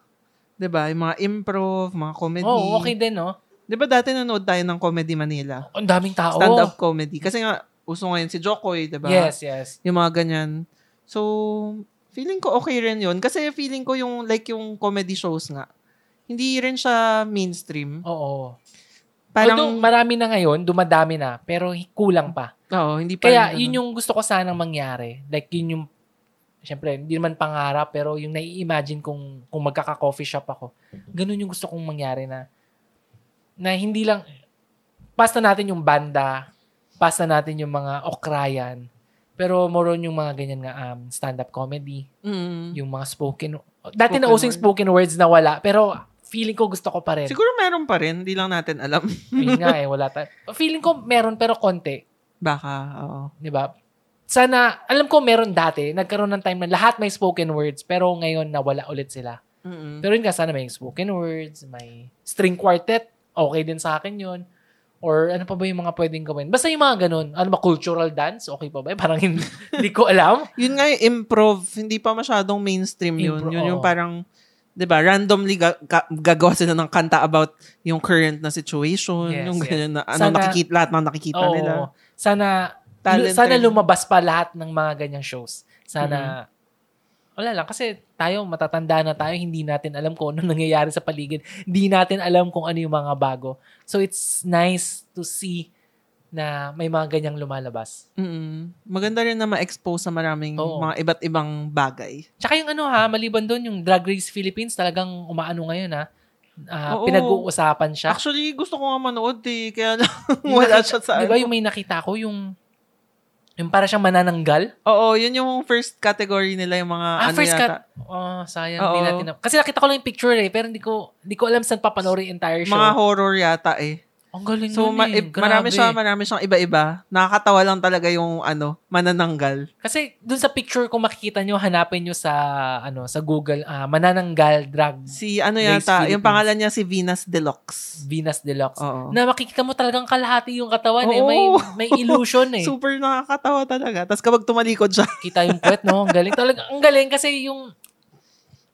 [SPEAKER 2] 'Di ba? Yung mga improv, mga comedy.
[SPEAKER 1] Oo, oh, okay din, no?
[SPEAKER 2] 'Di ba dati nanood tayo ng Comedy Manila?
[SPEAKER 1] Ang daming tao.
[SPEAKER 2] stand-up comedy. Kasi nga, uso ngayon si Jokoy, di ba?
[SPEAKER 1] Yes, yes.
[SPEAKER 2] Yung mga ganyan. So, feeling ko okay rin yun. Kasi feeling ko yung, like yung comedy shows nga, hindi rin siya mainstream.
[SPEAKER 1] Oo.
[SPEAKER 2] Parang,
[SPEAKER 1] Although, marami na ngayon, dumadami na, pero hi- kulang pa.
[SPEAKER 2] oo, hindi pa
[SPEAKER 1] Kaya, yun yung gusto ko sanang mangyari. Like, yun yung, syempre, hindi naman pangarap, pero yung nai-imagine kung, kung magkaka-coffee shop ako. Ganun yung gusto kong mangyari na, na hindi lang, pasta natin yung banda, pasta natin yung mga okrayan, pero more on yung mga ganyan nga um, stand-up comedy,
[SPEAKER 2] Mm.
[SPEAKER 1] yung mga spoken, dati
[SPEAKER 2] Spoken
[SPEAKER 1] na using
[SPEAKER 2] word.
[SPEAKER 1] spoken words na wala, pero feeling ko gusto ko pa rin.
[SPEAKER 2] Siguro meron pa rin, hindi lang natin alam.
[SPEAKER 1] Ayun nga eh, wala tayo. Feeling ko meron pero konti.
[SPEAKER 2] Baka, oo.
[SPEAKER 1] di ba? Sana, alam ko meron dati, nagkaroon ng time na lahat may spoken words, pero ngayon nawala ulit sila.
[SPEAKER 2] Mm-mm.
[SPEAKER 1] Pero yun nga, sana may spoken words, may string quartet, okay din sa akin yun. Or ano pa ba yung mga pwedeng gawin? Basta yung mga ganun. Ano ba, cultural dance? Okay pa ba? Parang hindi, hindi ko alam.
[SPEAKER 2] Yun nga yung improv, hindi pa masyadong mainstream yun.
[SPEAKER 1] Improv,
[SPEAKER 2] yun yung
[SPEAKER 1] oo.
[SPEAKER 2] parang, di ba, randomly ga- ga- gagawa sila ng kanta about yung current na situation,
[SPEAKER 1] Yes,
[SPEAKER 2] yung
[SPEAKER 1] yes.
[SPEAKER 2] ganyan na, ano
[SPEAKER 1] Sana-
[SPEAKER 2] nakikita, lahat ng nakikita
[SPEAKER 1] Oo.
[SPEAKER 2] nila.
[SPEAKER 1] Sana,
[SPEAKER 2] Talent
[SPEAKER 1] sana
[SPEAKER 2] training.
[SPEAKER 1] lumabas pa lahat ng mga ganyang shows. Sana, wala lang. Kasi tayo, matatanda na tayo, hindi natin alam kung ano nangyayari sa paligid. Hindi natin alam kung ano yung mga bago. So, it's nice to see na may mga ganyang lumalabas.
[SPEAKER 2] Mm-mm. Maganda rin na ma-expose sa maraming
[SPEAKER 1] Oo.
[SPEAKER 2] mga iba't ibang bagay.
[SPEAKER 1] Tsaka yung ano ha, maliban doon, yung Drag Race Philippines, talagang umaano ngayon ha. Ah,
[SPEAKER 2] Oo.
[SPEAKER 1] pinag-uusapan siya.
[SPEAKER 2] Actually, gusto ko nga manood eh, kaya lang
[SPEAKER 1] Yung
[SPEAKER 2] wala
[SPEAKER 1] nakita-
[SPEAKER 2] siya sa... ano.
[SPEAKER 1] Di ba yung may nakita ko, yung, yung para siyang manananggal?
[SPEAKER 2] Oo, yun yung first category nila, yung mga
[SPEAKER 1] Ah,
[SPEAKER 2] ano
[SPEAKER 1] first
[SPEAKER 2] yata.
[SPEAKER 1] cut. Oh, sayang.
[SPEAKER 2] Oo.
[SPEAKER 1] Hindi natin na- Kasi nakita ko lang yung picture eh, pero hindi ko, hindi ko alam saan papanoorin yung entire show.
[SPEAKER 2] Mga horror yata eh.
[SPEAKER 1] Ang galing
[SPEAKER 2] So,
[SPEAKER 1] nun
[SPEAKER 2] ma-
[SPEAKER 1] eh.
[SPEAKER 2] i-
[SPEAKER 1] Grabe.
[SPEAKER 2] marami siya, marami siyang iba-iba. Nakakatawa lang talaga yung ano, manananggal.
[SPEAKER 1] Kasi dun sa picture kung makikita nyo, hanapin nyo sa, ano, sa Google, ah, Manananggal Drag
[SPEAKER 2] Si ano
[SPEAKER 1] Grace
[SPEAKER 2] yata, yung
[SPEAKER 1] Philippines.
[SPEAKER 2] pangalan niya si Venus Deluxe.
[SPEAKER 1] Venus Deluxe.
[SPEAKER 2] Oo.
[SPEAKER 1] Na makikita mo talagang kalahati yung katawan eh. May,
[SPEAKER 2] Oo.
[SPEAKER 1] may illusion eh.
[SPEAKER 2] Super nakakatawa talaga. Tapos kapag tumalikod siya,
[SPEAKER 1] Kita yung puwet, no? Ang galing. Talaga, ang galing kasi yung,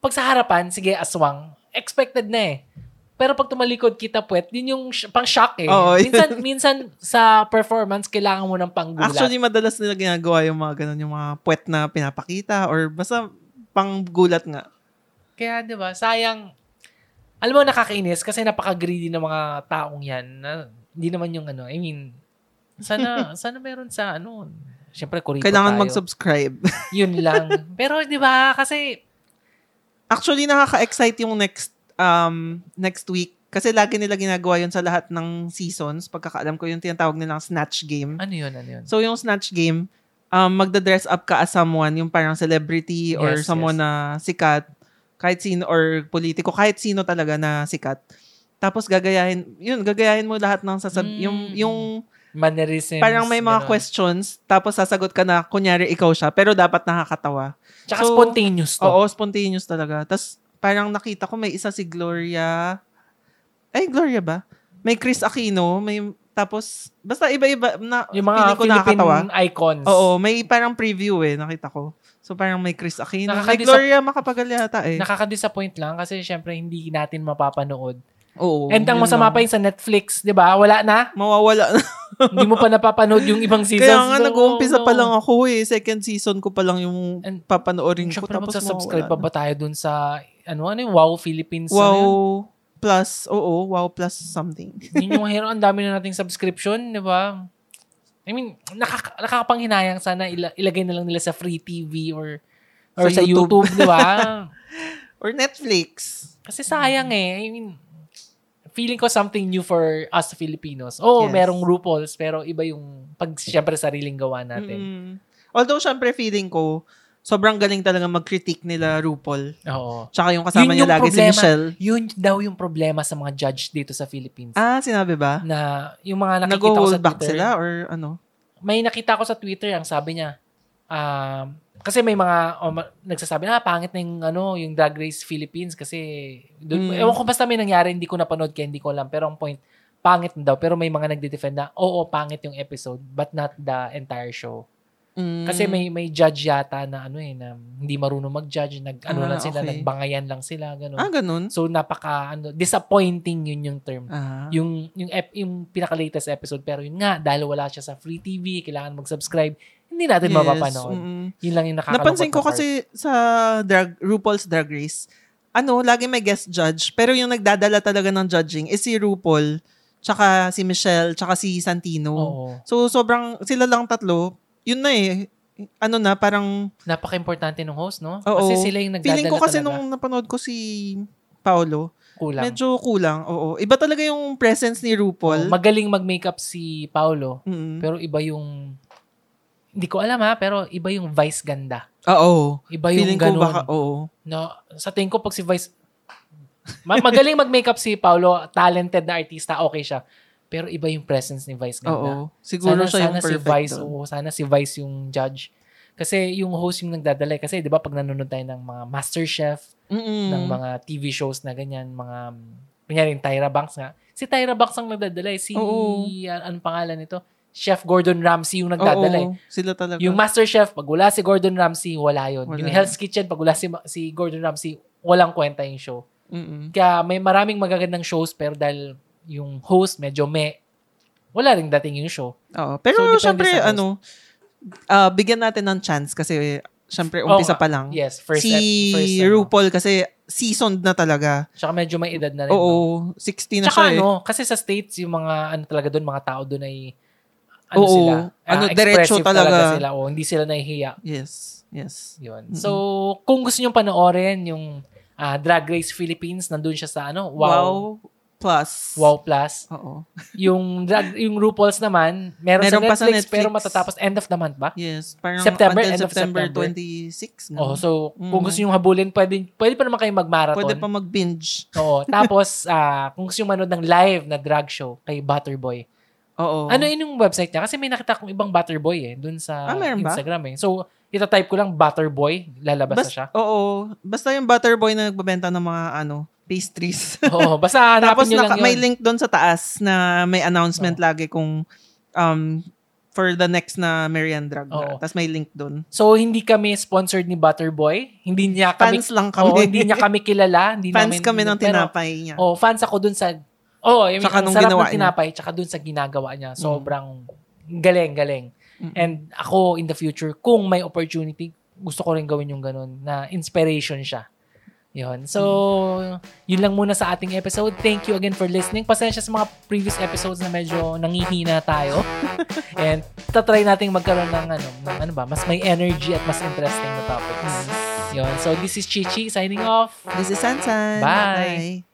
[SPEAKER 1] pag sa harapan, sige, aswang, expected na eh. Pero pag tumalikod kita puwet, yun yung sh- pang-shock eh.
[SPEAKER 2] Oo, yun.
[SPEAKER 1] minsan, minsan sa performance, kailangan mo ng panggulat.
[SPEAKER 2] actually madalas nila ginagawa yung mga ganun, yung mga puwet na pinapakita or basta pang gulat nga.
[SPEAKER 1] Kaya 'di ba, sayang alam mo nakakainis kasi napaka-greedy ng mga taong 'yan. Na, hindi naman yung ano, I mean, sana sana meron sa ano, syempre kurito
[SPEAKER 2] Kailangan
[SPEAKER 1] tayo.
[SPEAKER 2] mag-subscribe.
[SPEAKER 1] Yun lang. Pero 'di ba, kasi
[SPEAKER 2] actually, nakaka-excite yung next um, next week. Kasi lagi nila ginagawa yun sa lahat ng seasons. Pagkakaalam ko yung tinatawag nilang snatch game.
[SPEAKER 1] ano 'yun, ano 'yun?
[SPEAKER 2] So yung snatch game, um, magda-dress up ka as someone, yung parang celebrity or
[SPEAKER 1] Yes,
[SPEAKER 2] someone
[SPEAKER 1] yes.
[SPEAKER 2] na sikat, kahit sino or politiko, kahit sino talaga na sikat. Tapos gagayahin, yun, gagayahin mo lahat ng sasab
[SPEAKER 1] Mm.
[SPEAKER 2] yung yung
[SPEAKER 1] Mannerisms.
[SPEAKER 2] parang may
[SPEAKER 1] ganun.
[SPEAKER 2] mga questions, tapos sasagot ka na kunyari ikaw siya, pero dapat nakakatawa.
[SPEAKER 1] Tsaka
[SPEAKER 2] So,
[SPEAKER 1] spontaneous to.
[SPEAKER 2] Oo, spontaneous talaga. Tapos parang nakita ko may isa si Gloria. Ay, Gloria ba? May Chris Aquino, may tapos basta iba-iba na
[SPEAKER 1] Yung mga
[SPEAKER 2] feeling ko
[SPEAKER 1] Philippine
[SPEAKER 2] nakakatawa.
[SPEAKER 1] icons.
[SPEAKER 2] Oo, may parang preview eh, nakita ko. So parang may Chris Aquino. May
[SPEAKER 1] Nakakadisa-
[SPEAKER 2] Gloria Macapagal yata eh.
[SPEAKER 1] Nakaka-disappoint lang kasi syempre hindi natin mapapanood.
[SPEAKER 2] Oo.
[SPEAKER 1] And ang
[SPEAKER 2] yun
[SPEAKER 1] masama
[SPEAKER 2] lang.
[SPEAKER 1] pa yun sa Netflix, 'di ba? Wala na.
[SPEAKER 2] Mawawala na.
[SPEAKER 1] hindi mo pa napapanood yung ibang seasons.
[SPEAKER 2] Kaya nga
[SPEAKER 1] No,
[SPEAKER 2] nag-uumpisa
[SPEAKER 1] no.
[SPEAKER 2] pa lang ako eh. Second season ko pa lang yung
[SPEAKER 1] And-
[SPEAKER 2] papanoorin ko.
[SPEAKER 1] Siyempre,
[SPEAKER 2] Tapos
[SPEAKER 1] magsasubscribe pa ba
[SPEAKER 2] mawawala na.
[SPEAKER 1] tayo dun sa, ano, ano yung Wow Philippines?
[SPEAKER 2] Wow
[SPEAKER 1] Ano
[SPEAKER 2] plus, oo, wow plus something.
[SPEAKER 1] yun? yun yung hero, ang dami na nating subscription, di ba? I mean, nakaka- nakakapanghinayang sana ila- ilagay na lang nila sa free TV or or sa,
[SPEAKER 2] Sa YouTube.
[SPEAKER 1] YouTube, di ba?
[SPEAKER 2] Or Netflix.
[SPEAKER 1] Kasi sayang
[SPEAKER 2] Mm.
[SPEAKER 1] eh. I mean, feeling ko something new for us Filipinos. Oo,
[SPEAKER 2] Yes.
[SPEAKER 1] merong RuPaul's, pero iba yung pag siyempre sariling gawa natin.
[SPEAKER 2] Mm. Although syempre feeling ko, sobrang galing talaga mag-critique nila RuPaul.
[SPEAKER 1] Oo.
[SPEAKER 2] Tsaka yung
[SPEAKER 1] Yun
[SPEAKER 2] kasama niya
[SPEAKER 1] yung
[SPEAKER 2] lagi si
[SPEAKER 1] problema.
[SPEAKER 2] Michelle.
[SPEAKER 1] Yun daw yung problema sa mga judge dito sa Philippines.
[SPEAKER 2] Ah, sinabi ba?
[SPEAKER 1] na yung mga nakikita ko
[SPEAKER 2] Nag-hold
[SPEAKER 1] sa
[SPEAKER 2] back
[SPEAKER 1] Twitter.
[SPEAKER 2] sila or ano?
[SPEAKER 1] May nakita ko sa Twitter ang sabi niya. Um, kasi may mga o, ma- nagsasabi na ah, pangit na yung ano yung Drag Race Philippines kasi dun,
[SPEAKER 2] Mm.
[SPEAKER 1] ewan ko basta may nangyari hindi ko napanood kaya hindi ko alam pero ang point pangit na daw pero may mga nagde-defend na oo pangit yung episode but not the entire show
[SPEAKER 2] Mm.
[SPEAKER 1] kasi may may judge yata na ano eh na hindi marunong mag-judge nag ano
[SPEAKER 2] Ah,
[SPEAKER 1] lang sila
[SPEAKER 2] okay.
[SPEAKER 1] nagbangayan lang sila ganun
[SPEAKER 2] Ah, ganun?
[SPEAKER 1] so napaka ano disappointing yun yung term
[SPEAKER 2] Ah.
[SPEAKER 1] yung yung ep, yung pinaka-latest episode pero yun nga dahil wala siya sa free TV kailangan mag-subscribe hindi natin mapapanood
[SPEAKER 2] mm.
[SPEAKER 1] yun lang yung nakakalungkot
[SPEAKER 2] Napansin ko
[SPEAKER 1] na part.
[SPEAKER 2] kasi sa drag, RuPaul's Drag Race, ano, lagi may guest judge, pero yung nagdadala talaga ng judging is si RuPaul tsaka si Michelle, tsaka si Santino.
[SPEAKER 1] Oo.
[SPEAKER 2] So, sobrang, sila lang tatlo, yun na eh. Ano na, parang,
[SPEAKER 1] Napaka-importante ng host, no?
[SPEAKER 2] oo.
[SPEAKER 1] Kasi sila yung nagdadala
[SPEAKER 2] Feeling ko kasi
[SPEAKER 1] talaga.
[SPEAKER 2] nung napanood ko si Paolo,
[SPEAKER 1] kulang.
[SPEAKER 2] medyo kulang. Oo. Iba talaga yung presence ni RuPaul.
[SPEAKER 1] Magaling mag-makeup si Paolo,
[SPEAKER 2] Mm.
[SPEAKER 1] pero iba yung hindi ko alam ha, pero iba yung vice ganda.
[SPEAKER 2] Oo.
[SPEAKER 1] Iba yung
[SPEAKER 2] Feeling ko
[SPEAKER 1] ganun.
[SPEAKER 2] baka, oo.
[SPEAKER 1] No, sa tingin ko pag si Vice Ma- magaling mag-makeup si Paolo, talented na artista, okay siya. Pero iba yung presence ni Vice
[SPEAKER 2] Oo.
[SPEAKER 1] ganda.
[SPEAKER 2] Siguro
[SPEAKER 1] sana,
[SPEAKER 2] siya yung
[SPEAKER 1] sana si
[SPEAKER 2] perfect.
[SPEAKER 1] Vice,
[SPEAKER 2] doon.
[SPEAKER 1] oo, sana si Vice yung judge. Kasi yung host yung nagdadala. eh. Kasi di ba pag nanonood tayo ng mga MasterChef,
[SPEAKER 2] Mm-mm.
[SPEAKER 1] ng mga TV shows na ganyan, mga, kunyari yung Tyra Banks nga. Si Tyra Banks ang nagdadala eh. Si,
[SPEAKER 2] Oo.
[SPEAKER 1] an- anong pangalan nito? Chef Gordon Ramsay yung nagdadala eh.
[SPEAKER 2] Oo, sila talaga.
[SPEAKER 1] Yung MasterChef, pag wala si Gordon Ramsay, wala yun.
[SPEAKER 2] Wala.
[SPEAKER 1] Yung Hell's Kitchen, pag wala si, Ma- si Gordon Ramsay, walang kwenta yung show.
[SPEAKER 2] Mm-mm.
[SPEAKER 1] Kaya may maraming magagandang shows pero dahil yung host medyo me, wala ring dating yung show.
[SPEAKER 2] Oo.
[SPEAKER 1] So,
[SPEAKER 2] Pero
[SPEAKER 1] depende
[SPEAKER 2] syempre,
[SPEAKER 1] sa host.
[SPEAKER 2] ano, ah, bigyan natin ng chance kasi syempre
[SPEAKER 1] Oo
[SPEAKER 2] umpisa
[SPEAKER 1] nga.
[SPEAKER 2] pa lang.
[SPEAKER 1] Yes, first
[SPEAKER 2] si
[SPEAKER 1] ep- first, ano.
[SPEAKER 2] RuPaul kasi seasoned na talaga.
[SPEAKER 1] Tsaka medyo may edad na rin. no?
[SPEAKER 2] Oo, 60 na siya
[SPEAKER 1] Tsaka
[SPEAKER 2] eh.
[SPEAKER 1] ano, kasi sa States, yung mga ano talaga doon, mga tao doon ay ano
[SPEAKER 2] Oo.
[SPEAKER 1] sila, ah,
[SPEAKER 2] Ano,
[SPEAKER 1] expressive
[SPEAKER 2] diretso talaga.
[SPEAKER 1] sila. O, hindi sila nahihiya.
[SPEAKER 2] Yes, yes.
[SPEAKER 1] Yun. So, kung gusto nyo panoorin yung ah, Drag Race Philippines, nandun siya sa ano, Wow. Wow,
[SPEAKER 2] Wow. Plus.
[SPEAKER 1] Plus.
[SPEAKER 2] Oo.
[SPEAKER 1] Yung, drag, yung RuPaul's naman, meron,
[SPEAKER 2] Meron pa
[SPEAKER 1] sa, Netflix,
[SPEAKER 2] sa Netflix.
[SPEAKER 1] pero matatapos end of the month ba?
[SPEAKER 2] Yes, parang
[SPEAKER 1] September,
[SPEAKER 2] until
[SPEAKER 1] end of
[SPEAKER 2] September,
[SPEAKER 1] September.
[SPEAKER 2] 26.
[SPEAKER 1] Oo,
[SPEAKER 2] No?
[SPEAKER 1] so, kung
[SPEAKER 2] Mm.
[SPEAKER 1] gusto nyo habulin, pwede, pwede pa naman kayo mag-marathon.
[SPEAKER 2] Pwede pa mag-binge.
[SPEAKER 1] Oo. Tapos, ah, kung gusto nyo manood ng live na drag show kay Butterboy,
[SPEAKER 2] Oo.
[SPEAKER 1] Ano yun yung website niya? Kasi may nakita akong ibang Butterboy eh, dun sa
[SPEAKER 2] Ah, meron ba?
[SPEAKER 1] Instagram eh. So, itatype ko lang Butterboy, lalabas
[SPEAKER 2] Bas-
[SPEAKER 1] na siya.
[SPEAKER 2] Oo. Basta yung butterboy na nagbebenta ng mga ano, pastries.
[SPEAKER 1] Oo, basta hanapin
[SPEAKER 2] Tapos
[SPEAKER 1] nyo lang
[SPEAKER 2] naka-
[SPEAKER 1] yun.
[SPEAKER 2] may link doon sa taas na may announcement lagi kung um, for the next na Marian Drag.
[SPEAKER 1] Oo.
[SPEAKER 2] na. Tapos may link doon.
[SPEAKER 1] So, hindi kami sponsored ni Butterboy. Hindi niya kami,
[SPEAKER 2] Fans lang
[SPEAKER 1] Oo,
[SPEAKER 2] kami.
[SPEAKER 1] hindi niya kami kilala. Hindi
[SPEAKER 2] Fans
[SPEAKER 1] namin,
[SPEAKER 2] kami ng
[SPEAKER 1] pero-
[SPEAKER 2] tinapay niya.
[SPEAKER 1] Oo, Oh, fans ako dun sa, oo, I mean,
[SPEAKER 2] Tsaka
[SPEAKER 1] ang
[SPEAKER 2] nung
[SPEAKER 1] sarap
[SPEAKER 2] ginawa
[SPEAKER 1] ng
[SPEAKER 2] niya. Mm.
[SPEAKER 1] tinapay, tsaka dun sa ginagawa niya. Sobrang galing, galing. And ako, in the future, kung may opportunity, gusto ko rin gawin yung ganun, na inspiration siya. Yun. So, yun lang muna sa ating episode. Thank you again for listening. Pasensya sa mga previous episodes na medyo nangihina tayo. And tatry nating magkaroon ng ano, ng ano ba, mas may energy at mas interesting na topics. Yun. So, this is Chichi signing off.
[SPEAKER 2] This is Sansan.
[SPEAKER 1] Bye.
[SPEAKER 2] Bye.